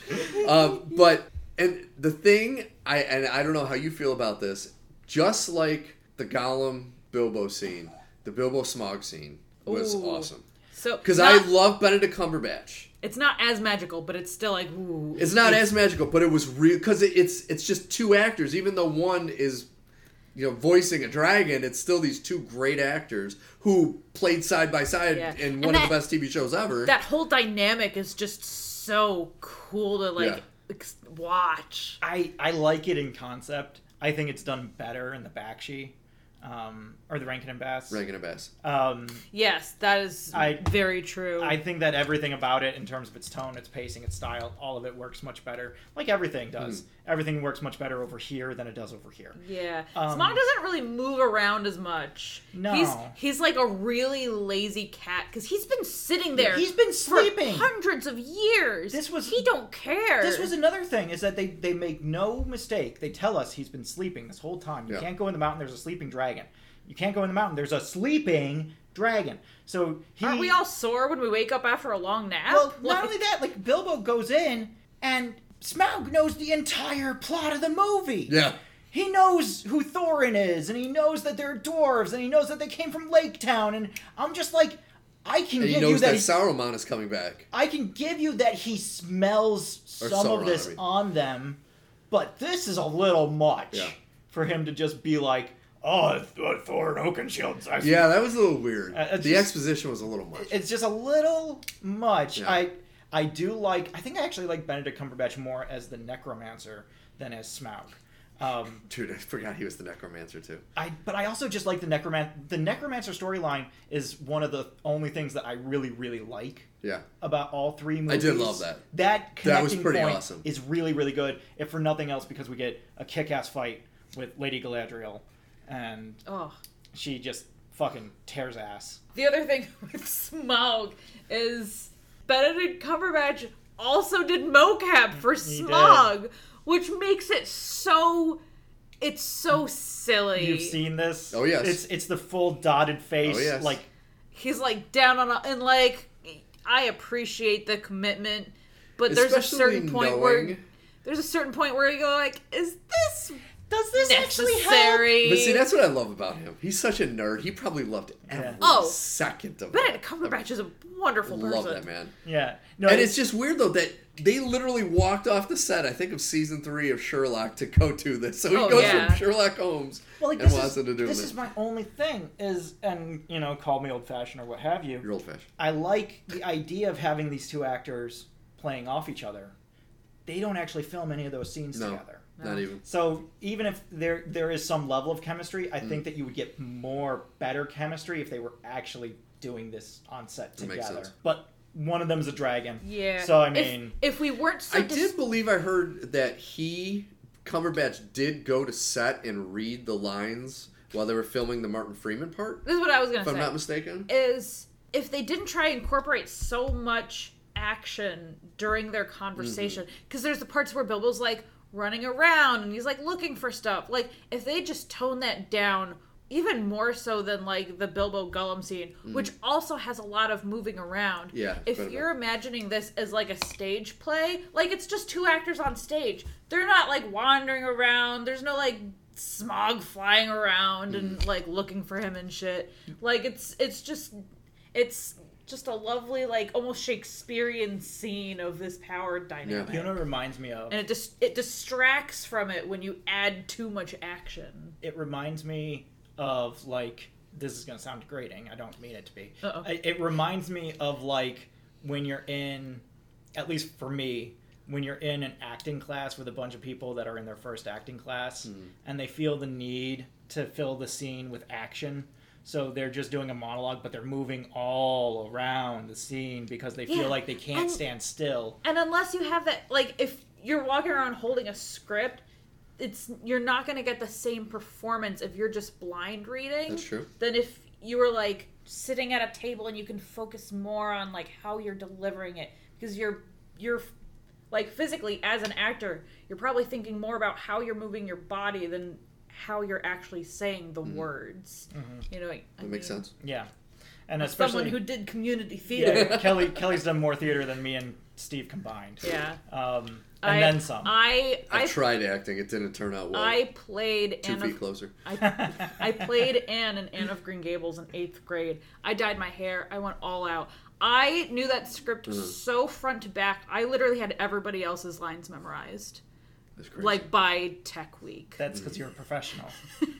Um, but and the thing I and I don't know how you feel about this. Just like the Gollum Bilbo scene, the Bilbo Smog scene was Ooh. awesome so because I not- love Benedict Cumberbatch. It's not as magical, but it's still like ooh. It's not as magical, but it was real because it, it's it's just two actors. Even though one is, you know, voicing a dragon, it's still these two great actors who played side by side Yeah. in And one of that- the best TV shows ever. that whole dynamic is just so cool to like Yeah. ex- watch. I I like it in concept. I think it's done better in the Bakshi, um, or the Rankin and Bass. Rankin and Bass. Um, Yes, that is I- very true. I think that everything about it, in terms of its tone, its pacing, its style, all of it works much better. Like Hmm. everything does. Everything works much better over here than it does over here. yeah, Um, Smog doesn't really move around as much. No. he's he's like a really lazy cat because he's been sitting there. He's been for sleeping. hundreds of years. This was- he don't care. This was another thing is that they they make no mistake. They tell us he's been sleeping this whole time. You Yeah. can't go in the mountain. There's a sleeping dragon. You can't go in the mountain. There's a sleeping dragon. So he. Aren't we all sore when we wake up after a long nap? Well, not Like- only that, like Bilbo goes in and Smaug knows the entire plot of the movie. Yeah. He knows who Thorin is, and he knows that they're dwarves, and he knows that they came from Lake Town, and I'm just like, I can And he give you knows that, that. he- Sauron is coming back. I can give you that he smells Or some Sauron, of this I mean. on them, but this is a little much Yeah. for him to just be like, "Oh, Th- uh, Thorin Oakenshield." I Yeah, that was a little weird. Uh, it's the just- exposition was a little much. it's just a little much. Yeah. I I do like. I think I actually like Benedict Cumberbatch more as the necromancer than as Smaug. Um, Dude, I forgot he was the necromancer too. I but I also just like the necroman. The necromancer storyline is one of the only things that I really really like Yeah. about all three movies. did love that. That That was connecting pretty point awesome. is really really good. If for nothing else, because we get a kick-ass fight with Lady Galadriel, and oh, she just fucking tears ass. The other thing with Smaug is Benedict Cumberbatch also did mocap for did. Smog, which makes it so it's so silly. You've seen this. Oh, yes. It's it's the full dotted face. Oh, yes. Like He's like down on a, and like I appreciate the commitment, but there's a certain point where knowing- there's a certain point where you go like, is this Does this actually help? necessary. But see, that's what I love about him. He's such a nerd. He probably loved every Yeah. Oh. second of Benedict it. Cumberbatch is a wonderful person. Love that man. Yeah. No. and it's just weird though that they literally walked off the set. I think of season three of Sherlock to go to this. So he Oh, goes yeah. from Sherlock Holmes well, like, and this wants is, them to do this it. is my only thing is, and you know, call me old fashioned or what have you. You're old fashioned. I like the idea of having these two actors playing off each other. They don't actually film any of those scenes No. together. Not even. So even if there there is some level of chemistry, I Mm. think that you would get more better chemistry if they were actually doing this on set That together. makes sense. But one of them's a dragon. Yeah. So I If- mean, if, we weren't so I dis- did believe I heard that he Cumberbatch did go to set and read the lines while they were filming the Martin Freeman part. this is what I was gonna If I'm say. not mistaken. is if they didn't try and incorporate so much action during their conversation because there's the parts where bilbo's like running around and he's like looking for stuff like if they just tone that down even more so than like the bilbo gollum scene which also has a lot of moving around Yeah, it's quite a if bit. you're imagining this as like a stage play like it's just two actors on stage they're not like wandering around there's no like smog flying around Mm. and like looking for him and shit like it's it's just it's just a lovely like almost shakespearean scene of this power dynamic you know, what it reminds me of. and it just it distracts from it when you add too much action it reminds me of like this is going to sound degrading i don't mean it to be Uh-oh. I, it reminds me of like when you're in at least for me when you're in an acting class with a bunch of people that are in their first acting class and they feel the need to fill the scene with action so they're just doing a monologue but they're moving all around the scene because they Yeah, feel like they can't and- stand still and unless you have that like if you're walking around holding a script it's you're not going to get the same performance if you're just blind reading That's true. than if you were like sitting at a table and you can focus more on like how you're delivering it because you're you're like physically as an actor you're probably thinking more about how you're moving your body than how you're actually saying the words you know like, Mm-hmm. I That makes mean, sense. yeah and someone Mm-hmm. especially who did community yeah, theater kelly kelly's done more theater than me and steve combined yeah. um, and I, then some. I I, I, tried acting. It didn't turn out well. I played Two Anne feet of, closer. I, I played Anne in Anne of Green Gables in eighth grade. I dyed my hair. I went all out. I knew that script so front to back. I literally had everybody else's lines memorized, That's crazy. like by tech week. That's because you're a professional,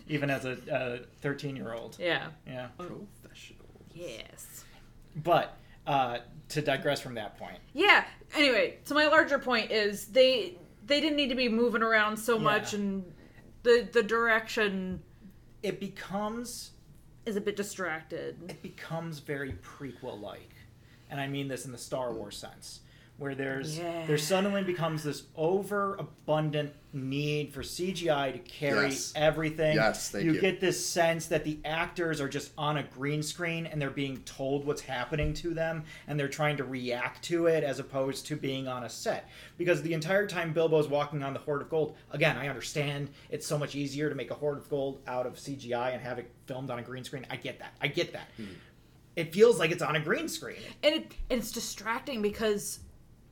even as a thirteen-year-old. yeah. Yeah, professional. Yes. but uh, to digress from that point, Yeah. Anyway, so my larger point is they they didn't need to be moving around so much, Yeah. and the the direction it becomes is a bit distracted. it becomes very prequel-like, and I mean this in the Star Wars sense, where there's Yeah. there suddenly becomes this overabundant need for CGI to carry Yes. everything. Yes, thank you. you get this sense that the actors are just on a green screen and they're being told what's happening to them and they're trying to react to it as opposed to being on a set. Because the entire time Bilbo's walking on the hoard of gold, again, I understand it's so much easier to make a hoard of gold out of CGI and have it filmed on a green screen. I get that. I get that. Hmm. It feels like it's on a green screen. and it, and it's distracting because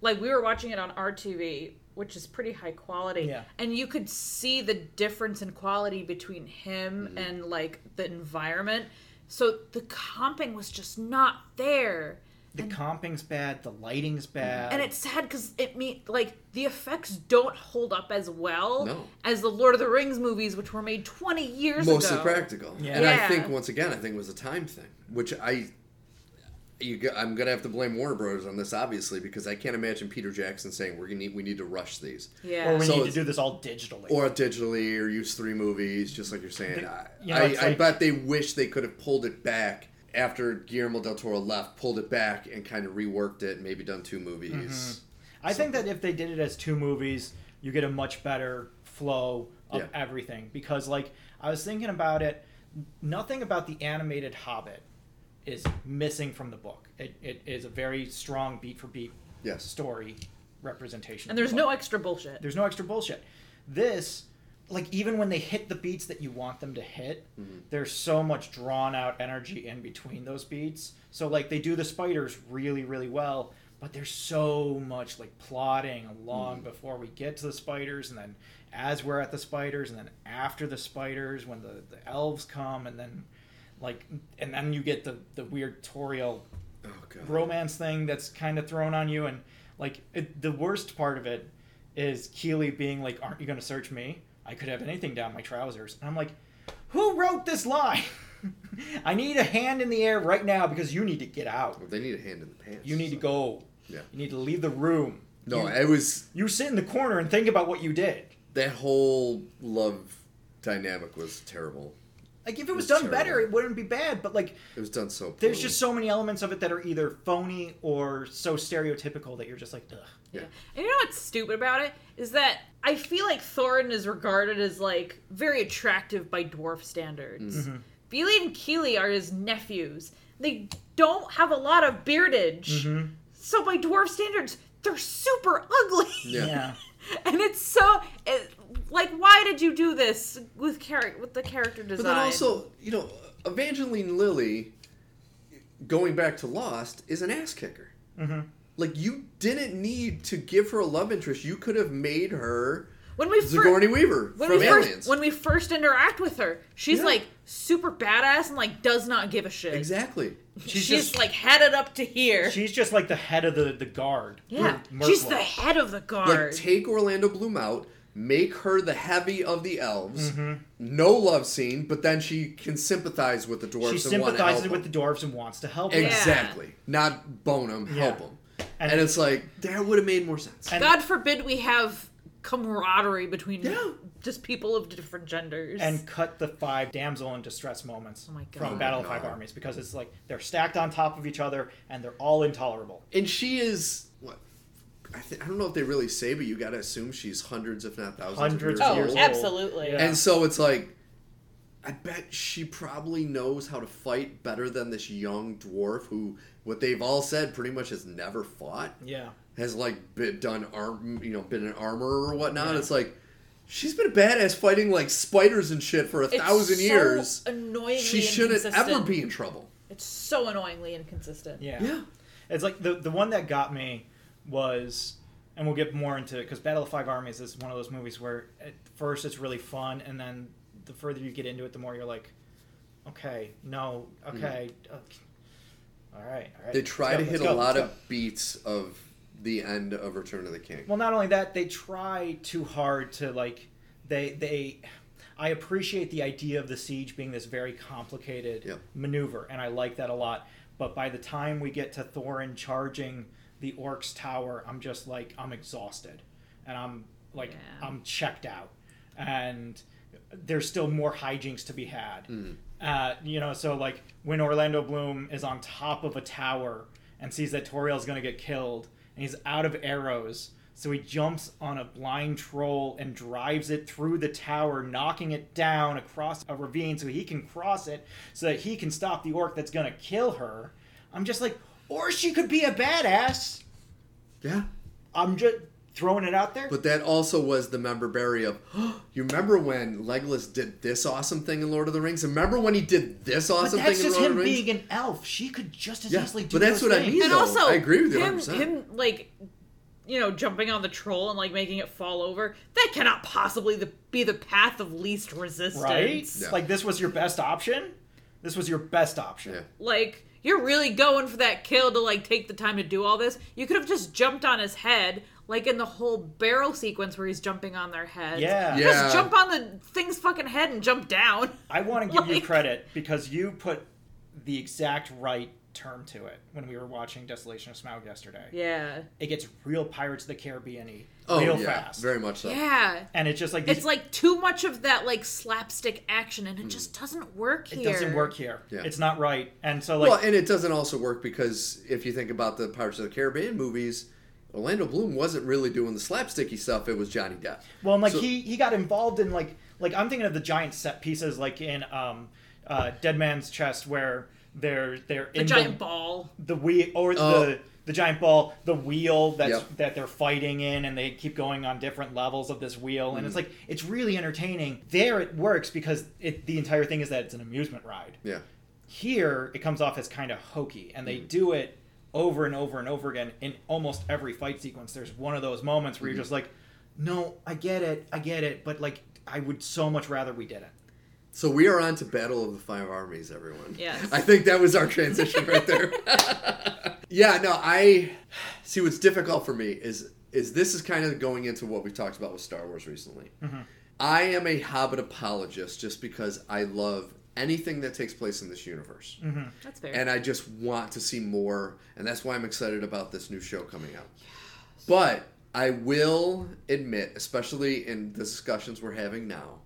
like we were watching it on our TV, which is pretty high quality, Yeah. and you could see the difference in quality between him Mm-hmm. and like the environment. So the comping was just not there, The comping's bad, the lighting's Hmm. bad. and it's sad because it mean like the effects don't hold up as well No. as the Lord of the Rings movies, which were made twenty years Mostly ago. practical. Yeah. And I Yeah. think once again, I think it was a time thing, which I. You, go- I'm gonna have to blame Warner Brothers on this, obviously, because I can't imagine Peter Jackson saying we're gonna need, we need to rush these, Yeah, or we So need to it's- do this all digitally. or digitally, or use three movies, just like you're saying. The- I, you know, I, it's I like- bet they wish they could have pulled it back after Guillermo del Toro left, pulled it back and kind of reworked it, maybe done two movies. Mm-hmm. I think that if they did it as two movies, you get a much better flow of Yeah. everything. Because, like, I was thinking about it, nothing about the animated Hobbit is missing from the book. It, it is a very strong beat for beat Yes. story representation. and of there's the no book. extra bullshit. there's no extra bullshit. This, like, even when they hit the beats that you want them to hit, there's so much drawn out energy in between those beats. So, like, they do the spiders really, really well, but there's so much like plotting along before we get to the spiders and then as we're at the spiders and then after the spiders when the, the elves come and then like and then you get the the weird toriel Oh god. romance thing that's kind of thrown on you and like it, the worst part of it is Keeley being like aren't you going to search me I could have anything down my trousers and I'm like who wrote this line I need a hand in the air right now because you need to get out Well, they need a hand in the pants. you need to go Yeah. you need to leave the room No, you, it was you sit in the corner and think about what you did that whole love dynamic was terrible. like if it was It's done terrible. better it wouldn't be bad but like It was done so. there's poorly. just so many elements of it that are either phony or so stereotypical that you're just like ugh Yeah. And you know what's stupid about it is that I feel like Thorin is regarded as like very attractive by dwarf standards. Mm-hmm. Beely and Keeley are his nephews. They don't have a lot of beardage, Mm-hmm. so by dwarf standards, they're super ugly. Yeah. yeah. and it's so it, like, why did you do this with character with the character design? But then also, you know, Evangeline Lilly, going back to Lost, is an ass kicker. Mm-hmm. Like you didn't need to give her a love interest. You could have made her when we fir- Sigourney Weaver when from we Aliens. first when we first interact with her, she's Yeah. like super badass and like does not give a shit. exactly. She's She's, just- like headed up to here. She's just like the head of the, the guard. yeah, Merc she's Lord. the head of the guard. Like take Orlando Bloom out, make her the heavy of the elves. Mm-hmm. No love scene, but then she can sympathize with the dwarves. She and want to help sympathizes them. with the dwarves and wants to help them. Ex- Exactly. Not bone them, Yeah. help them. And- And, it's like that would have made more sense. And- God forbid we have camaraderie between Yeah. just people of different genders. And cut the five damsel in distress moments Oh my God. from Oh the my Battle of Five God. Armies because it's like they're stacked on top of each other and they're all intolerable. And she is what I, th- I don't know if they really say, but you got to assume she's hundreds, if not thousands, Hundreds of of years, old. years old. Oh, absolutely. Yeah. And so it's like, I bet she probably knows how to fight better than this young dwarf who, what they've all said, pretty much has never fought, yeah. has like been, done arm, you know, been an armorer or whatnot. It's like. She's been a badass fighting like spiders and shit for a It's thousand so years. Annoyingly She shouldn't inconsistent. ever be in trouble. It's so annoyingly inconsistent. Yeah. Yeah. It's like the the one that got me was, and we'll get more into it because Battle of Five Armies is one of those movies where at first it's really fun, and then the further you get into it, the more you're like, okay, no, okay, okay. all right, all right. They let's try go, to let's hit go, a lot let's go. of beats of the end of Return of the King. Well, not only that, they try too hard to like they they. I appreciate the idea of the siege being this very complicated Yep. maneuver, and I like that a lot. But by the time we get to Thorin charging the orcs' tower, I'm just like I'm exhausted, and I'm like Yeah. I'm checked out, and there's still more hijinks to be had. Uh, you know, so like when Orlando Bloom is on top of a tower and sees that Toriel's gonna get killed and he's out of arrows, so he jumps on a blind troll and drives it through the tower, knocking it down across a ravine so he can cross it so that he can stop the orc that's gonna kill her. I'm just like, or she could be a badass. yeah. I'm just throwing it out there. But that also was the member berry of, you remember when Legolas did this awesome thing in Lord of the Rings? Remember when he did this But awesome that's thing in just Lord of him the Rings? being an elf. She could just as Yeah, easily do but that's those what I things. mean. and though. also I agree with you him 100%. him like you know jumping on the troll and like making it fall over that cannot possibly the, be the path of least resistance right? Yeah. Like this was your best option. This was your best option. Yeah. like you're really going for that kill to like take the time to do all this you could have just jumped on his head like in the whole barrel sequence where he's jumping on their head Yeah. Yeah. just jump on the thing's fucking head and jump down I want to give you Like- credit because you put the exact right term to it when we were watching Desolation of Smaug yesterday. yeah It gets real Pirates of the Caribbean y Oh, real yeah. fast. Very much so. yeah and it's just like these, it's like too much of that like slapstick action and it Hmm. just doesn't work it here doesn't work here. Yeah. It's not right. And so like Well, and it doesn't also work because if you think about the Pirates of the Caribbean movies, Orlando Bloom wasn't really doing the slapsticky stuff. It was Johnny Depp. Well, and like So- he he got involved in like like I'm thinking of the giant set pieces like in um uh Dead Man's Chest where they're they're the in giant ball the wheel or Oh. the the giant ball, the wheel that's Yep. that they're fighting in, and they keep going on different levels of this wheel, and it's Mm. like it's really entertaining. There it works because it the entire thing is that it's an amusement ride. Yeah. Mm. Here it comes off as kind of hokey, and they do it over and over and over again in almost every fight sequence. There's one of those moments Mm-hmm. where you're just like, no, I get it, I get it, but like I would so much rather we didn't. So we are on to Battle of the Five Armies, everyone. Yes. I think that was our transition right there. yeah, no, I see what's difficult for me is is this is kind of going into what we've talked about with Star Wars recently. I am a Hobbit apologist just because I love anything that takes place in this universe. That's fair. And I just want to see more, and that's why I'm excited about this new show coming out. But I will admit, especially in the discussions we're having now,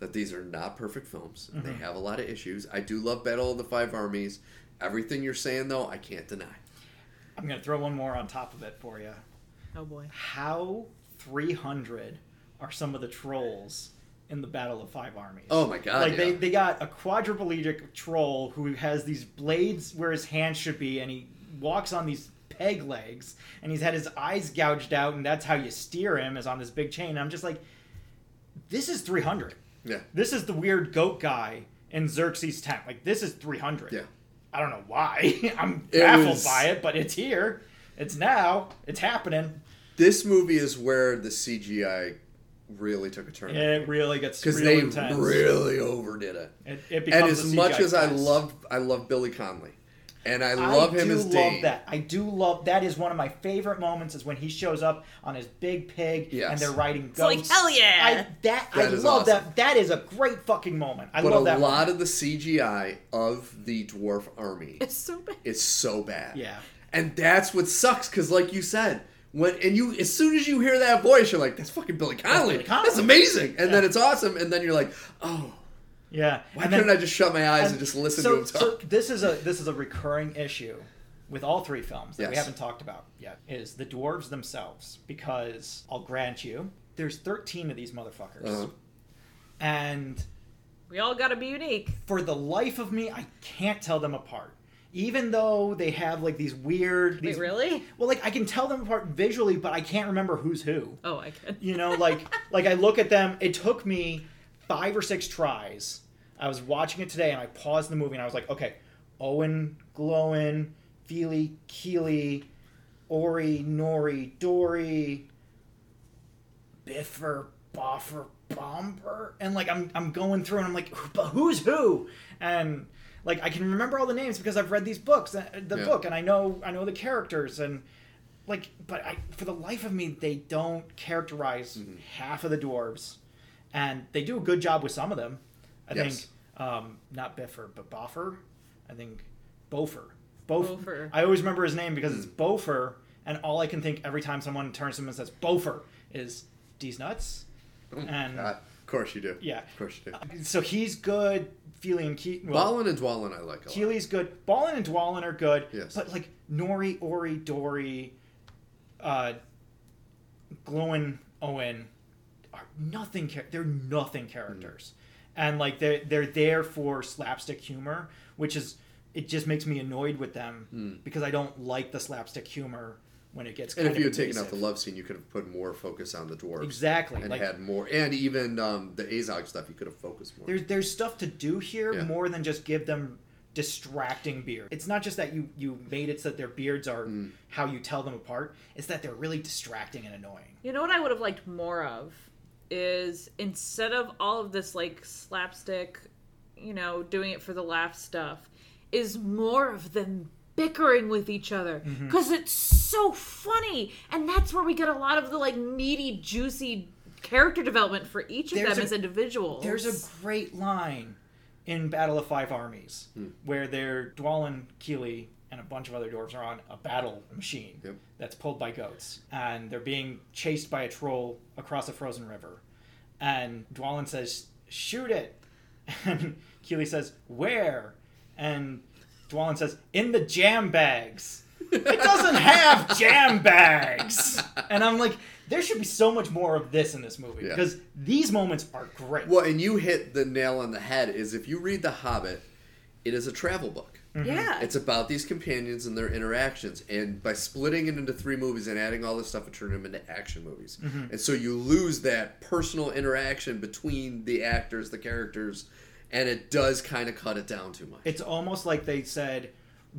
that these are not perfect films. They Mm-hmm. have a lot of issues. I do love Battle of the Five Armies. Everything you're saying, though, I can't deny. I'm gonna throw one more on top of it for you. oh boy. How 300 are some of the trolls in the Battle of Five Armies? Oh my god! like yeah. they, they got a quadriplegic troll who has these blades where his hands should be and he walks on these peg legs and he's had his eyes gouged out and that's how you steer him is on this big chain i'm just like this is 300 yeah, this is the weird goat guy in xerxes tent like this is 300 yeah. i don't know why i'm It baffled was- by it but it's here it's now it's happening This movie is where the CGI really took a turn it really gets because real they intense really overdid it. it, it and becomes as a much CGI as I fest. love, I love Billy Conley, and I love him do as love Dane. that. I do love that is one of my favorite moments is when he shows up on his big pig Yes. and they're riding like, goats. hell yeah. I, that, I That is love awesome. that. That is a great fucking moment. I But a love that. lot of the CGI of the dwarf army It's so bad. is so bad. Yeah. and that's what sucks because, like you said, when and you as soon as you hear that voice, you're like, "That's fucking Billy Conley. Billy Connolly." That's amazing." And then Yeah. it's awesome, and then you're like, "Oh, yeah. why and then- couldn't I just shut my eyes and, and just listen so, to him talk?" So this is a this is a recurring issue with all three films that we Yes. haven't talked about yet is the dwarves themselves because I'll grant you there's 13 of these motherfuckers. Uh-huh. And We all gotta be unique. for the life of me, I can't tell them apart. Even though they have like these weird, Wait, these, really? Well, like I can tell them apart visually, but I can't remember who's who. Oh, I can. You know, like like I look at them. It took me five or six tries. I was watching it today, and I paused the movie, and I was like, okay, Owen, Glowin, Feely, Keely, Ori, Nori, Dory, Biffer, Boffer, Bomber, and like I'm I'm going through, and I'm like, but who's who? And like I can remember all the names because I've read these books, uh, the Yeah. book, and I know I know the characters and like but I, for the life of me they don't characterize half of the dwarves and they do a good job with some of them i Yes. think um, not biffer but boffer i think bofer Bof- Bofer. i always remember his name because it's bofer and all i can think every time someone turns to him and says bofer is these nuts and Uh, of course you do. Yeah. Um, of course you do. so he's good feeling Ke- well, Ballin and Dwallin, I like a lot. Keely's good. Ballin and Dwallin are good. Yes. But like Nori, Ori, Dory, uh, Glowin, Owen are nothing. Char- they're nothing Mm. characters, and like they're they're there for slapstick humor, which is it just makes me annoyed with them because I don't like the slapstick humor when it gets. Mm. And kind if you of had taken out the invasive. love scene, you could have put more focus on the dwarves. exactly and like had more, and even um, the Azog stuff. You could have focused more. there's there's stuff to do here Yeah. more than just give them distracting beard. It's not just that you you made it so that their beards are how you tell them apart. It's that they're really distracting and annoying. You know what I would have liked more of is instead of all of this like slapstick, you know, doing it for the laugh stuff, is more of them bickering with each other Mm-hmm. because it's so funny, and that's where we get a lot of the like meaty, juicy character development for each of There's them a- as individuals. There's a great line in Battle of Five Armies Hmm. where they're Dwalin, Keely, and a bunch of other dwarves are on a battle machine Yep. that's pulled by goats, and they're being chased by a troll across a frozen river. And Dwalin says, "Shoot it," and Keely says, "Where?" And Dwalin says, "In the jam bags." It doesn't have jam bags, and I'm like, there should be so much more of this in this movie Yeah. because these moments are great. Well, and you hit the nail on the head is if you read The Hobbit, it is a travel book. Mm-hmm. yeah, It's about these companions and their interactions. And by splitting it into three movies and adding all this stuff, it turned them into action movies. And so you lose that personal interaction between the actors, the characters, and it does kind of cut it down too much. It's almost like they said,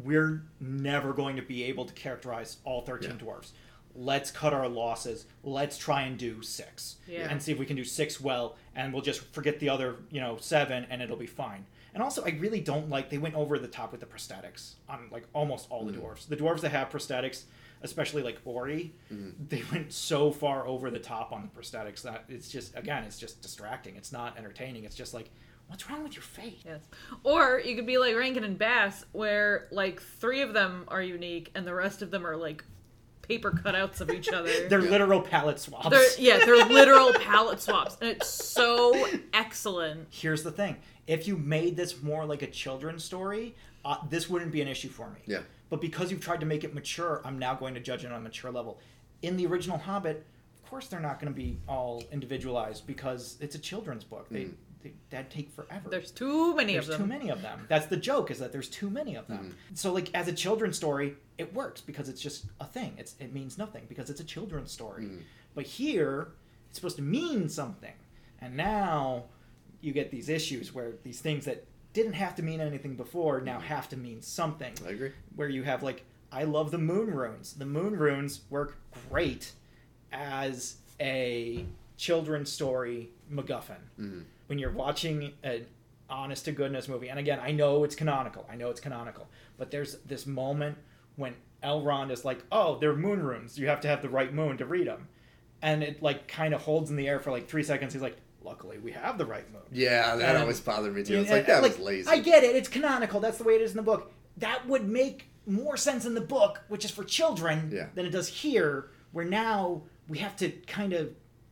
we're never going to be able to characterize all 13 Yeah. dwarfs. Let's cut our losses. Let's try and do six Yeah. and see if we can do six well, and we'll just forget the other, you know, seven, and it'll be fine. And also, I really don't like they went over the top with the prosthetics on like almost all Mm. the dwarves. The dwarves that have prosthetics, especially like Ori, Mm. they went so far over the top on the prosthetics that it's just again, it's just distracting. It's not entertaining. It's just like, what's wrong with your face? Yes. Or you could be like Rankin and Bass, where like three of them are unique and the rest of them are like paper cutouts of each other. They're literal palette swaps. They're- yeah, they're literal palette swaps, and it's so excellent. Here's the thing: if you made this more like a children's story, uh, this wouldn't be an issue for me. Yeah. But because you've tried to make it mature, I'm now going to judge it on a mature level. In the original Hobbit, of course they're not going to be all individualized because it's a children's book. They, they that'd take forever. There's too many There's of too them. many of them. That's the joke is that there's too many of them. So like as a children's story, it works because it's just a thing. It's it means nothing because it's a children's story. But here, it's supposed to mean something. And now you get these issues where these things that didn't have to mean anything before now have to mean something I agree. where you have like I love the moon runes. The moon runes work great as a children's story MacGuffin. When you're watching an honest to goodness movie, and again, I know it's canonical. I know it's canonical, but there's this moment when Elrond is like, "Oh, they're moon runes. You have to have the right moon to read them," and it like kind of holds in the air for like three seconds. He's like, "Luckily, we have the right moon." Yeah, that And- always bothered me too. Yeah, It's like uh, that was lazy. I get it. It's canonical. That's the way it is in the book. That would make more sense in the book, which is for children, Yeah. than it does here, where now we have to kind of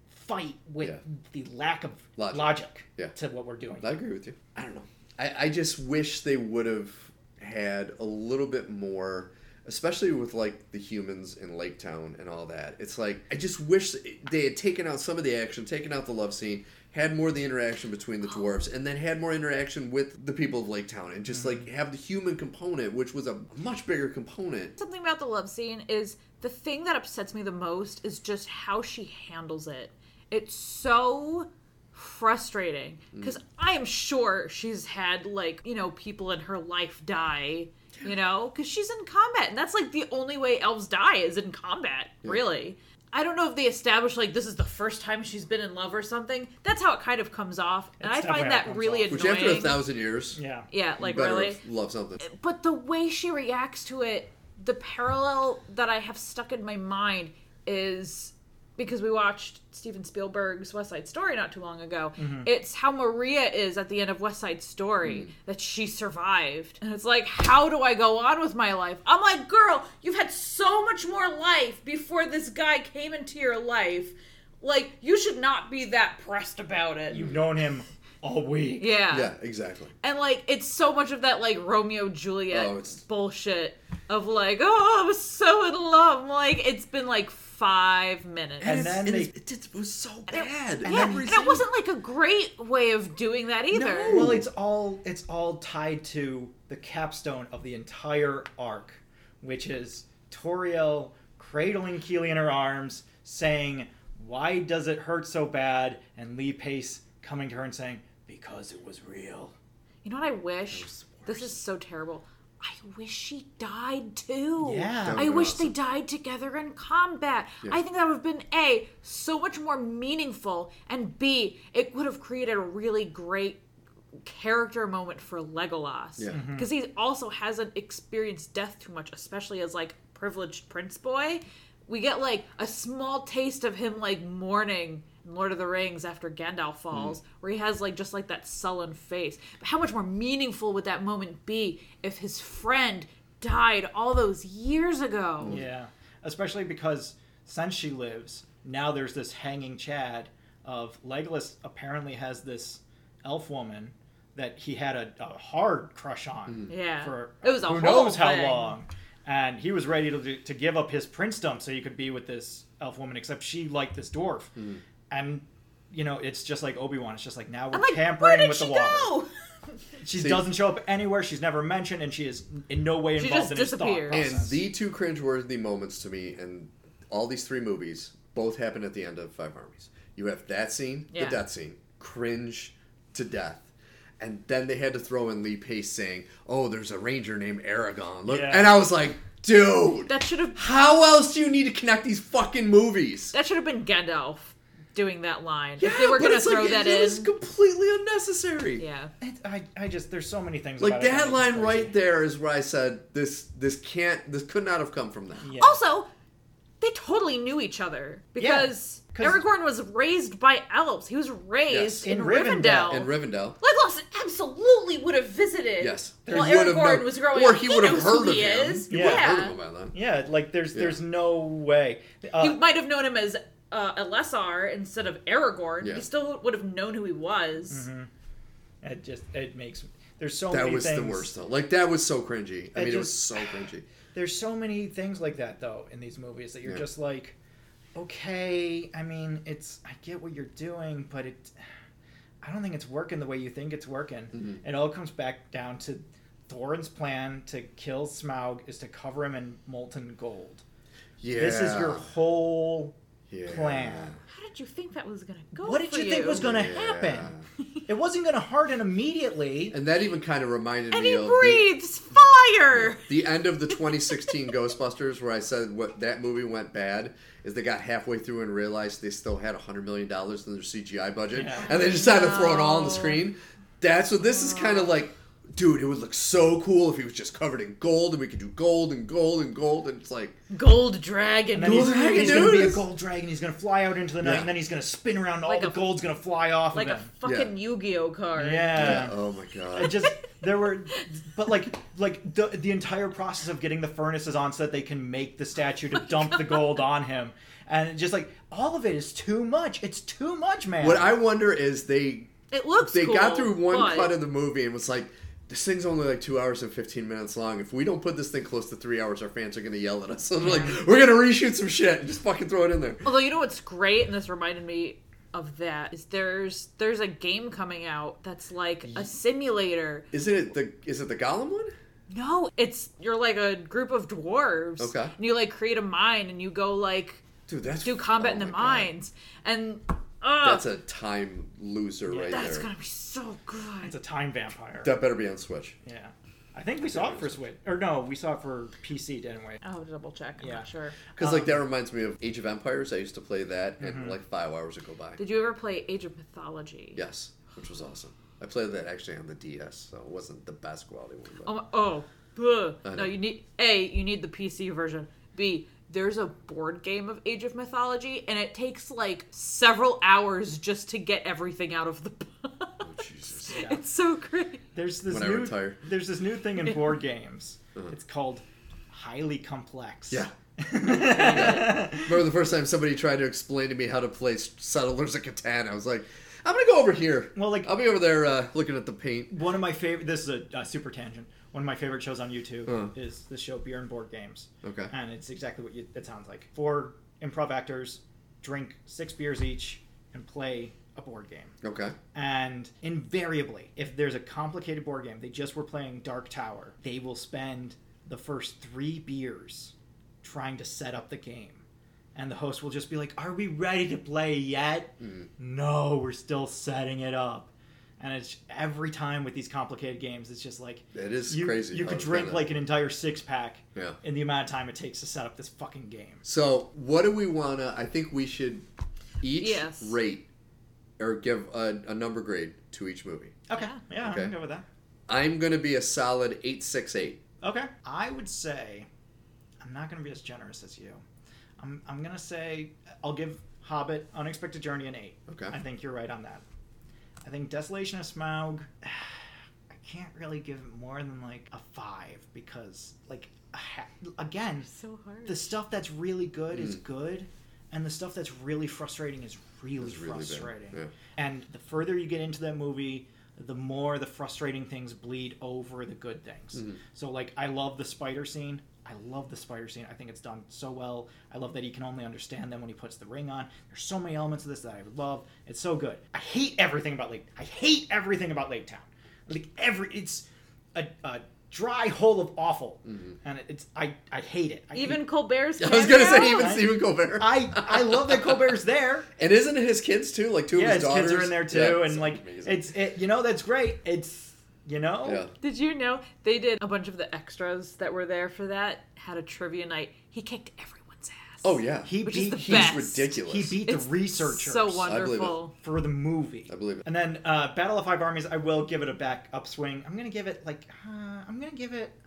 fight with Yeah. the lack of Logic. logic, Yeah. to what we're doing. I agree with you. I don't know. I, I just wish they would have had a little bit more, especially with like the humans in Lake Town and all that. It's like I just wish they had taken out some of the action, taken out the love scene, had more of the interaction between the dwarves, and then had more interaction with the people of Lake Town, and just like have the human component, which was a much bigger component. Something about the love scene is the thing that upsets me the most is just how she handles it. It's so frustrating Mm. because I am sure she's had like you know people in her life die, you know, because she's in combat and that's like the only way elves die is in combat, really. I don't know if they establish like this is the first time she's been in love or something. That's how it kind of comes off, and That's I definitely find how it that comes really off. Which annoying. after a thousand years, Yeah. yeah, you like better really love something. but the way she reacts to it, the parallel that I have stuck in my mind is because we watched Steven Spielberg's West Side Story not too long ago. It's how Maria is at the end of West Side Story that she survived. And it's like, how do I go on with my life? I'm like, girl, you've had so much more life before this guy came into your life. Like, you should not be that pressed about it. You've known him all week. uh, Yeah, exactly. And like it's so much of that like Romeo Juliet Oh, it's- bullshit of like, oh, I was so in love. I'm like it's been like five minutes. And it's- then it, they- is- it, it was so bad. yeah, Every and scene. it wasn't like a great way of doing that either. No. Well, it's all it's all tied to the capstone of the entire arc, which is Toriel cradling Keely in her arms, saying, "Why does it hurt so bad?" and Lee Pace coming to her and saying, "Because it was real." You know what I wish? This is so terrible. I wish she died too. Yeah. That I would've been wish they awesome. died together in combat. I think that would have been A, so much more meaningful, and B, it would have created a really great character moment for Legolas. Yeah. Mm-hmm. Mhm. Because he also hasn't experienced death too much, especially as like privileged prince boy. We get like a small taste of him like mourning in Lord of the Rings after Gandalf falls, where he has like just like that sullen face. But how much more meaningful would that moment be if his friend died all those years ago? Yeah, especially because since she lives, now there's this hanging chad of Legolas apparently has this elf woman that he had a, a hard crush on. Yeah. for It was a who whole knows how thing. long, and he was ready to to give up his princedom so he could be with this elf woman. Except she liked this dwarf, Hmm. and you know it's just like Obi Wan. It's just like now we're I'm like, tampering where did with she the water. go? She See- doesn't show up anywhere. She's never mentioned, and she is in no way She involved just in his thought disappears. And process. the two cringeworthy moments to me in all these three movies both happen at the end of Five Armies. You have that scene, Yeah. the death scene, cringe to death. And then they had to throw in Lee Pace saying, "Oh, there's a ranger named Aragon." Look, Yeah. and I was like, "Dude, That should have how else do you need to connect these fucking movies?" that should have been Gandalf doing that line. if they were but gonna it's throw like, that it in, was completely unnecessary. yeah. It- I, I just there's so many things Like about it that make me line crazy. right there is where I said this this can't this could not have come from them. Yeah. Also, they totally knew each other because 'cause- Aragorn was raised by elves. He was raised Yes. in, In Rivendell. Rivendell. And Oh. Rivendell. Legolas absolutely would have visited. Yes. While He would have Aragorn known- was growing Or up. he He would have knows heard who of he him. is. He would have heard Yeah. of him by then. Yeah, like there's Yeah. there's no way. He Uh, might have known him as uh, Elessar instead of Aragorn. Yeah. He still would have known who he was. Mm-hmm. it just it makes there's so That many was things. the worst though. Like that was so cringy. I It mean, it was just- so cringy. There's so many things like that though in these movies that you're Yeah. just like, okay, I mean it's I get what you're doing, but it I don't think it's working the way you think it's working. Mm-hmm. It all comes back down to Thorin's plan to kill Smaug is to cover him in molten gold. Yeah. This is your whole yeah. plan. How did you think that was gonna go? What did for you think was gonna happen? It wasn't gonna harden immediately. And that even kind of reminded And me he of the, breathes fire. the end of the 2016 Ghostbusters, where I said what that movie went bad is they got halfway through and realized they still had 100 million dollars in their CGI budget, Yeah. and they decided to throw it all on the No. screen. That's what this is kind of like. Dude, it would look so cool if he was just covered in gold, and we could do gold and gold and gold, and it's like, Gold dragon. And then he's, Gold dragon, he's gonna be a dude. gold dragon. He's gonna fly out into the night, Yeah. and then he's gonna spin around. and All Like the a- gold's gonna fly off like a of him. fucking Yu-Gi-Oh card. yeah, yeah. oh my It god, just there were, but like like the the entire process of getting the furnaces on so that they can make the statue to dump the gold on him, and it just like all of it is too much. It's too much, man. what I wonder is they It looks. they cool, got through one but- cut of the movie and was like, this thing's only like two hours and 15 minutes long. If we don't put this thing close to three hours, our fans are going to yell at us. So they're like, we're going to reshoot some shit and just fucking throw it in there. Although you know what's great, and this reminded me of that is there's there's a game coming out that's like a simulator. Isn't it the, is it the Gollum one? No, it's you're like a group of dwarves. Okay. And you like create a mine and you go like Dude, that's. do combat oh in the my God. mines and uh, That's a time loser right that's there. gonna be so it's good. a time vampire. That better be on Switch. yeah, I think we saw it for Switch, or no, we saw it for PC, didn't we? I'll double check. I'm Yeah. not sure. Because, like, Um. that reminds me of Age of Empires. I used to play that, and, like, five hours would go by. Did you ever play Age of Mythology? Yes, which was awesome. I played that actually on the DS, so it wasn't the best quality one. But... Oh, my- oh, ugh. I know. no! You need a. You need the PC version. B. There's a board game of Age of Mythology, and it takes like several hours just to get everything out of the. Oh, Jesus. It's so great. There's this When I new retire. Uh-huh. there's this new thing in board games. It's called highly complex. Yeah. Remember the first time somebody tried to explain to me how to play Settlers of Catan? I was like, I'm gonna go over here. Well, like- I'll be over there uh, looking at the paint. One of my favorite. This is a, a super tangent. One of my favorite shows on YouTube Uh-huh. is the show Beer and Board Games. Okay. And it's exactly what you, it sounds like. Four improv actors drink six beers each and play a board game. Okay. And invariably, if there's a complicated board game, they just were playing Dark Tower, they will spend the first three beers trying to set up the game. And the host will just be like, Are we ready to play yet? Mm. No, we're still setting it up. And it's every time with these complicated games, it's just like It is you, crazy You how could it's drink kinda- like an entire six pack Yeah. in the amount of time it takes to set up this fucking game. So, what do we wanna? I think we should each Yes. rate or give a, a number grade to each movie. Okay. Yeah. Yeah, I'm Okay. gonna go with that. I'm gonna be a solid eight six eight. Okay. I would say I'm not going to be as generous as you. I'm, I'm going to say I'll give Hobbit Unexpected Journey an 8. Okay. I think you're right on that. I think Desolation of Smaug, I can't really give it more than like a 5 because, like, a ha- again, So hard. the stuff that's really good Mm. is good, and the stuff that's really frustrating is really It's really bad, frustrating. yeah. And the further you get into that movie, the more the frustrating things bleed over the good things. So, like, I love the spider scene. I love the spider scene. I think it's done so well. I love that he can only understand them when he puts the ring on. There's so many elements of this that I love. It's so good. I hate everything about Lake. I hate everything about Lake Town. Like every, it's a, a dry hole of awful, and it's I I hate it. I Even hate- Colbert's. I was gonna cameo? say even I- Stephen Colbert. I I love that Colbert's there. and isn't it his kids too? Like two yeah, of his his daughters kids are in there too, Yeah, and so like amazing. it's it, you know that's great. It's you know yeah. Did you know they did a bunch of the extras that were there for that had a trivia night? He kicked everyone's ass. Oh yeah, he Which is beat the he- he's best. ridiculous. he beat It's the researchers So I believe it. wonderful. for the movie. I believe it. And then uh, Battle of Five Armies, I will give it a back upswing. I'm gonna give it like uh, I'm gonna give it.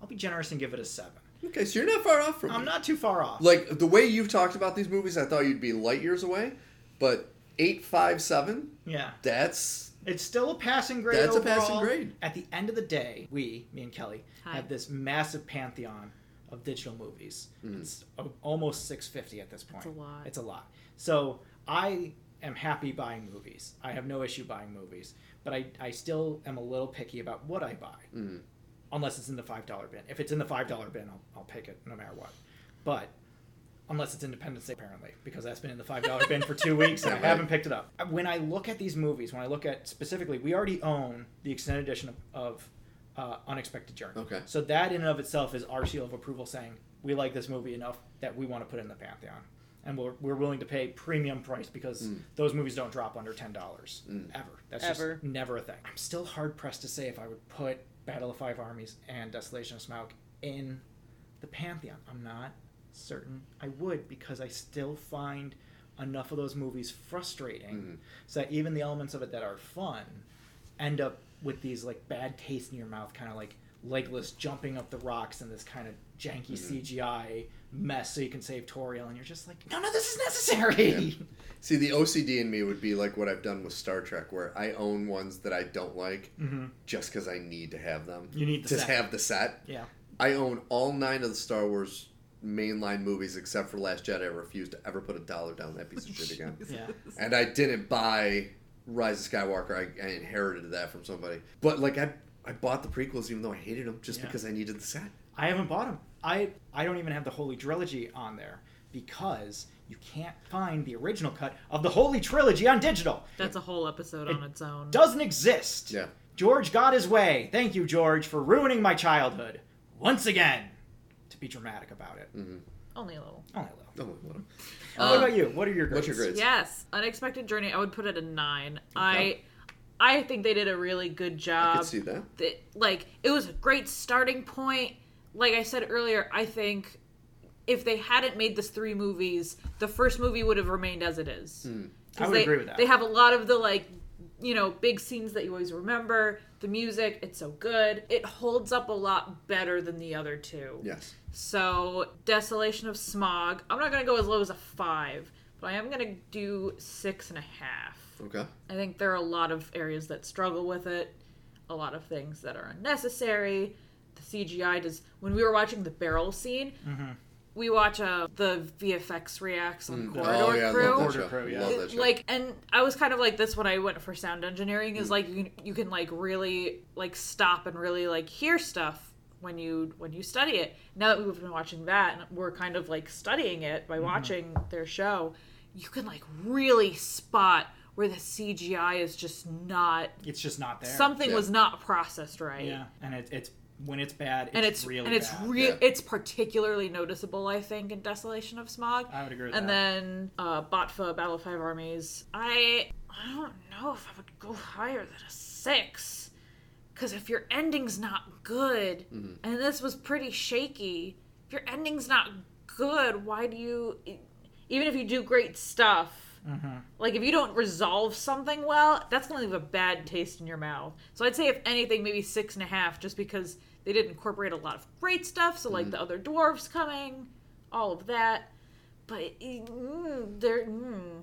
I'll be generous and give it a seven. Okay, so you're not far off from I'm me. not too far off. Like the way you've talked about these movies, I thought you'd be light years away, but eight, five, seven. yeah, That's it's still a passing grade. That's a overall. passing grade. At the end of the day, we, me and Kelly, Hi. have this massive pantheon of digital movies. Hmm. It's a- almost 650 at this point. a lot. It's a lot. So I am happy buying movies. I have no issue buying movies, but I, I still am a little picky about what I buy. mm, unless it's in the five dollar bin. If it's in the five dollar bin, I'll, I'll pick it no matter what. But unless it's Independence Day, apparently, because that's been in the five dollar bin for two weeks and I Right. haven't picked it up. When I look at these movies, when I look at specifically, we already own the extended edition of, of uh, Unexpected Journey. Okay. So that in and of itself is our seal of approval, saying we like this movie enough that we want to put it in the pantheon. And we're, we're willing to pay premium price because those movies don't drop under ten dollars ever. That's Ever. just never a thing. I'm still hard pressed to say if I would put Battle of Five Armies and Desolation of Smaug in the pantheon. I'm not certain I would because I still find enough of those movies frustrating so that even the elements of it that are fun end up with these like bad taste in your mouth kind of like legless jumping up the rocks and this kind of janky CGI mess so you can save Toriel and you're just like no no this is necessary see, the OCD in me would be like what I've done with Star Trek, where I own ones that I don't like mm-hmm. just because I need to have them. You need the to set. have the set. yeah I own all nine of the Star Wars mainline movies except for Last Jedi. I refuse to ever put a dollar down that piece of shit again. yeah and I didn't buy Rise of Skywalker. I, I inherited that from somebody. But like I, I bought the prequels even though I hated them, just Yeah. because I needed the set. I haven't bought them. I I don't even have the Holy Trilogy on there because you can't find the original cut of the Holy Trilogy on digital. That's a whole episode on its own. Doesn't exist. Yeah. George got his way. Thank you, George, for ruining my childhood once again. To be dramatic about Mm. it. Only a little. Only a little. Oh, what a- what Um, about you? What are your grades? what's your grades? Yes, Unexpected Journey. I would put it a nine. I, I think they did a really good I job. could see that. that like it was a great starting point. Like I said earlier, I think if they hadn't made this three movies, the first movie would have remained as it is. 'Cause Hmm. I would they, agree with that. They have a lot of the like, you know, big scenes that you always remember. The music, it's so good. It holds up a lot better than the other two. Yes. So, Desolation of Smog. I'm not gonna go as low as a five, but I am gonna do six and a half. Okay. I think there are a lot of areas that struggle with it, a lot of things that are unnecessary. The CGI does. When we were watching the barrel scene, we watch uh, the VFX reacts on Corridor oh yeah, Crew. love that Order show. Crew, yeah. Love It- that show. like and i was kind of like this when i went for sound engineering is like you can, you can like really like stop and really like hear stuff when you when you study it now that we've been watching that and we're kind of like studying it by watching their show you can like really spot where the cgi is just not It's just not there. something Yeah. was not processed right Yeah. And it, it's when it's bad. It's and it's really and it's bad. real. Yeah. It's particularly noticeable, I think, in Desolation of Smog. I would agree with and that. then uh, Botfa, Battle of Five Armies. I I don't know if I would go higher than a six, because if your ending's not good, and this was pretty shaky, if your ending's not good, why do you? e, Even if you do great stuff, like if you don't resolve something well, that's gonna leave a bad taste in your mouth. So I'd say if anything, maybe six and a half, just because they did incorporate a lot of great stuff. So like the other dwarves coming, all of that. But mm, there, mm,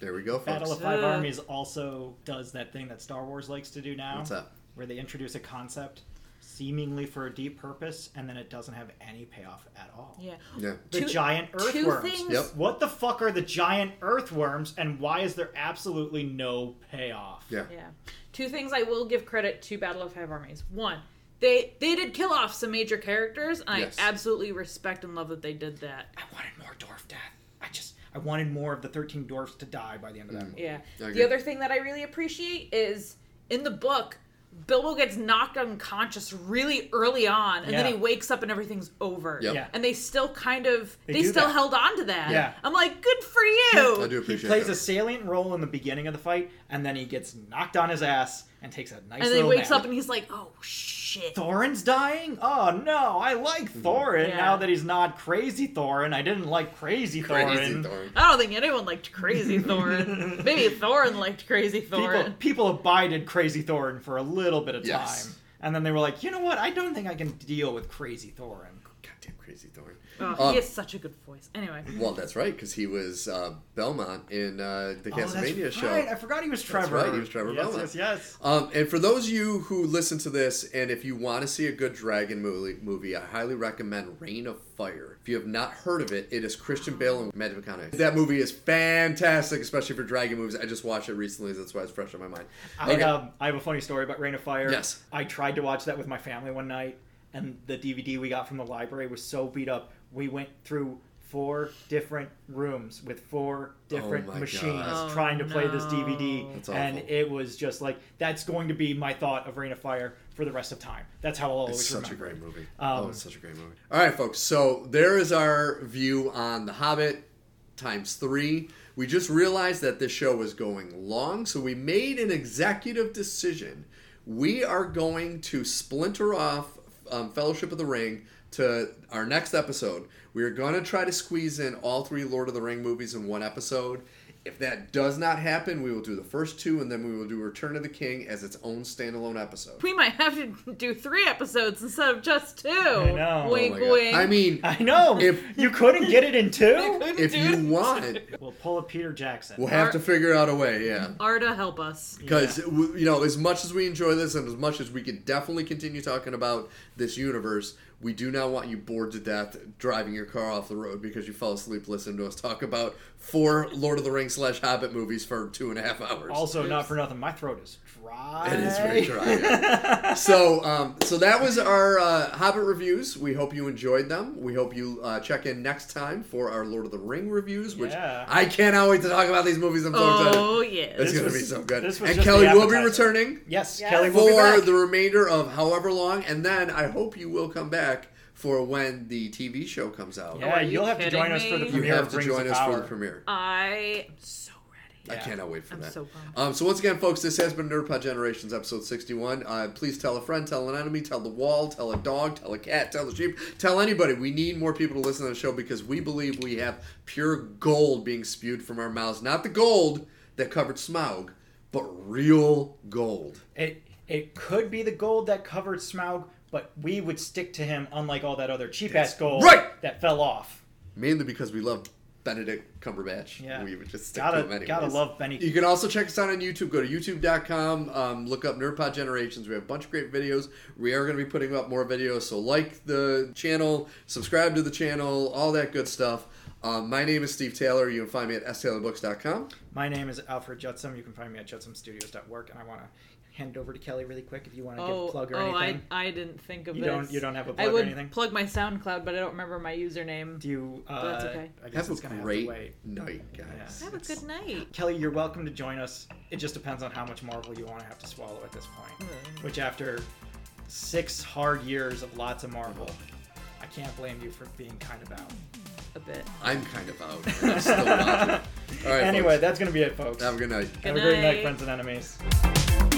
there we go, Battle folks. of Five Uh. Armies also does that thing that Star Wars likes to do now. What's up? where they introduce a concept seemingly for a deep purpose and then it doesn't have any payoff at all. yeah, Yeah. The Two- giant two earthworms. things. Yep. What the fuck are the giant earthworms and why is there absolutely no payoff? Yeah. Yeah, two things I will give credit to Battle of Five Armies. One, they they did kill off some major characters. And Yes. I absolutely respect and love that they did that. I wanted more dwarf death. I just I wanted more of the 13 Mm. dwarfs to die by the end of that movie. Yeah. I The agree. other thing that I really appreciate is in the book, Bilbo gets knocked unconscious really early on, and then Yeah. he wakes up and everything's over. Yep. Yeah. And they still kind of They they, do still that. held on to that. Yeah. I'm like, good for you. I do He appreciate plays that. a salient role in the beginning of the fight, and then he gets knocked on his ass and takes a nice And then he little wakes nap. up and he's like, oh shit. Thorin's dying? Oh no, I like Mm-hmm. Thorin Yeah. now that he's not crazy Thorin. I didn't like crazy Thorin. Crazy Thorin. I don't think anyone liked Crazy Thorin. Maybe Thorin liked Crazy People, Thorin. people abided crazy Thorin for a little bit of Yes. time. And then they were like, you know what? I don't think I can deal with crazy Thorin. Goddamn Crazy Thorin. Oh, Um, he has such a good voice. Anyway, Well, that's right, because he was uh, Belmont in uh, the Oh, that's Castlevania show. right. I forgot he was Trevor. right, he was Trevor Yes, Belmont. yes, yes. Um, and for those of you who listen to this, and if you want to see a good dragon movie, movie, I highly recommend Reign of Fire. If you have not heard of it, it is Christian Bale and Matthew McConaughey. That movie is fantastic, especially for dragon movies. I just watched it recently, that's why it's fresh on my mind. I, um, I have a funny story about Rain of Fire. Yes. I tried to watch that with my family one night, and the DVD we got from the library was so beat up. We went through four different rooms with four different my machines God. Oh, trying to play this no. DVD, That's and awful. it was just like that's going to be my thought of Rain of Fire for the rest of time. That's how I'll always It's such a remember. it. great movie. Um, oh, it's such a great movie. All right, folks. So there is our view on The Hobbit times three. We just realized that this show was going long, so we made an executive decision. We are going to splinter off um, Fellowship of the Ring to our next episode. We are going to try to squeeze in all three Lord of the Ring movies in one episode. If that does not happen, we will do the first two, and then we will do Return of the King as its own standalone episode. we might have to do three episodes instead of just two. know. Oh Wink, my God. wink. I mean, I know. If- you couldn't get it in two, Couldn't if do you it. want, we'll pull a Peter Jackson. we'll have Or- to figure out a way. Yeah, Arda, help us. because you know, as much as we enjoy this, and as much as we can definitely continue talking about this universe, we do not want you bored to death driving your car off the road because you fell asleep listening to us talk about four Lord of the Rings slash Hobbit movies for two and a half hours. Also, not for nothing, my throat is dry. It is very dry. yeah. so, um, so that was our uh, Hobbit reviews. We hope you enjoyed them. We hope you uh, check in next time for our Lord of the Ring reviews, which Yeah. I cannot wait to talk about these movies. I'm so excited. Oh yes. It's This going to was- be so good. this was And just Kelly the will be appetizer. returning Yes, Yes. Kelly will be for back. the remainder of however long. And then I hope you will come back for when the TV show comes out. Yeah, Are you you'll have to kidding join us for the me? You premiere have of to Rings join of us Power. for the premiere. I am so ready. I Yeah. cannot wait for I'm that. so pumped. um, so once again, folks, this has been Nerd Pod Generations, episode 61. Uh, please tell a friend, tell an enemy, tell the wall, tell a dog, tell a cat, tell the sheep, tell anybody. We need more people to listen to the show because we believe we have pure gold being spewed from our mouths. Not the gold that covered Smaug, but real gold. It it could be the gold that covered Smaug, but we would stick to him, unlike all that other cheap ass gold right. that fell off. mainly because we love Benedict Cumberbatch. Yeah. we would just stick to him Gotta anyways. gotta love Benny. You can also check us out on YouTube. Go to youtube.com, um, look up Nerdpod Generations. We have a bunch of great videos. We are going to be putting up more videos, so like the channel, subscribe to the channel, all that good stuff. Um, my name is Steve Taylor. You can find me at staylorbooks.com. My name is Alfred Judson. You can find me at judsonstudios.work, and I want to hand it over to Kelly really quick if you want to give a plug or oh, anything. I, I didn't think of You this. don't- you don't have a I plug or would anything? plug my SoundCloud, but I don't remember my username. Do you? Uh, that's okay. I guess Have it's a gonna great have to wait. night, guys. Have a good night. Kelly, you're welcome to join us. It just depends on how much Marvel you want to have to swallow at this point. Which, after six hard years of lots of Marvel, I can't blame you for being kind of out. A bit. I'm kind of out. and I'm still watching. All right, anyway, folks. that's going to be it, folks. have a good night. Have a great night, night. friends and enemies.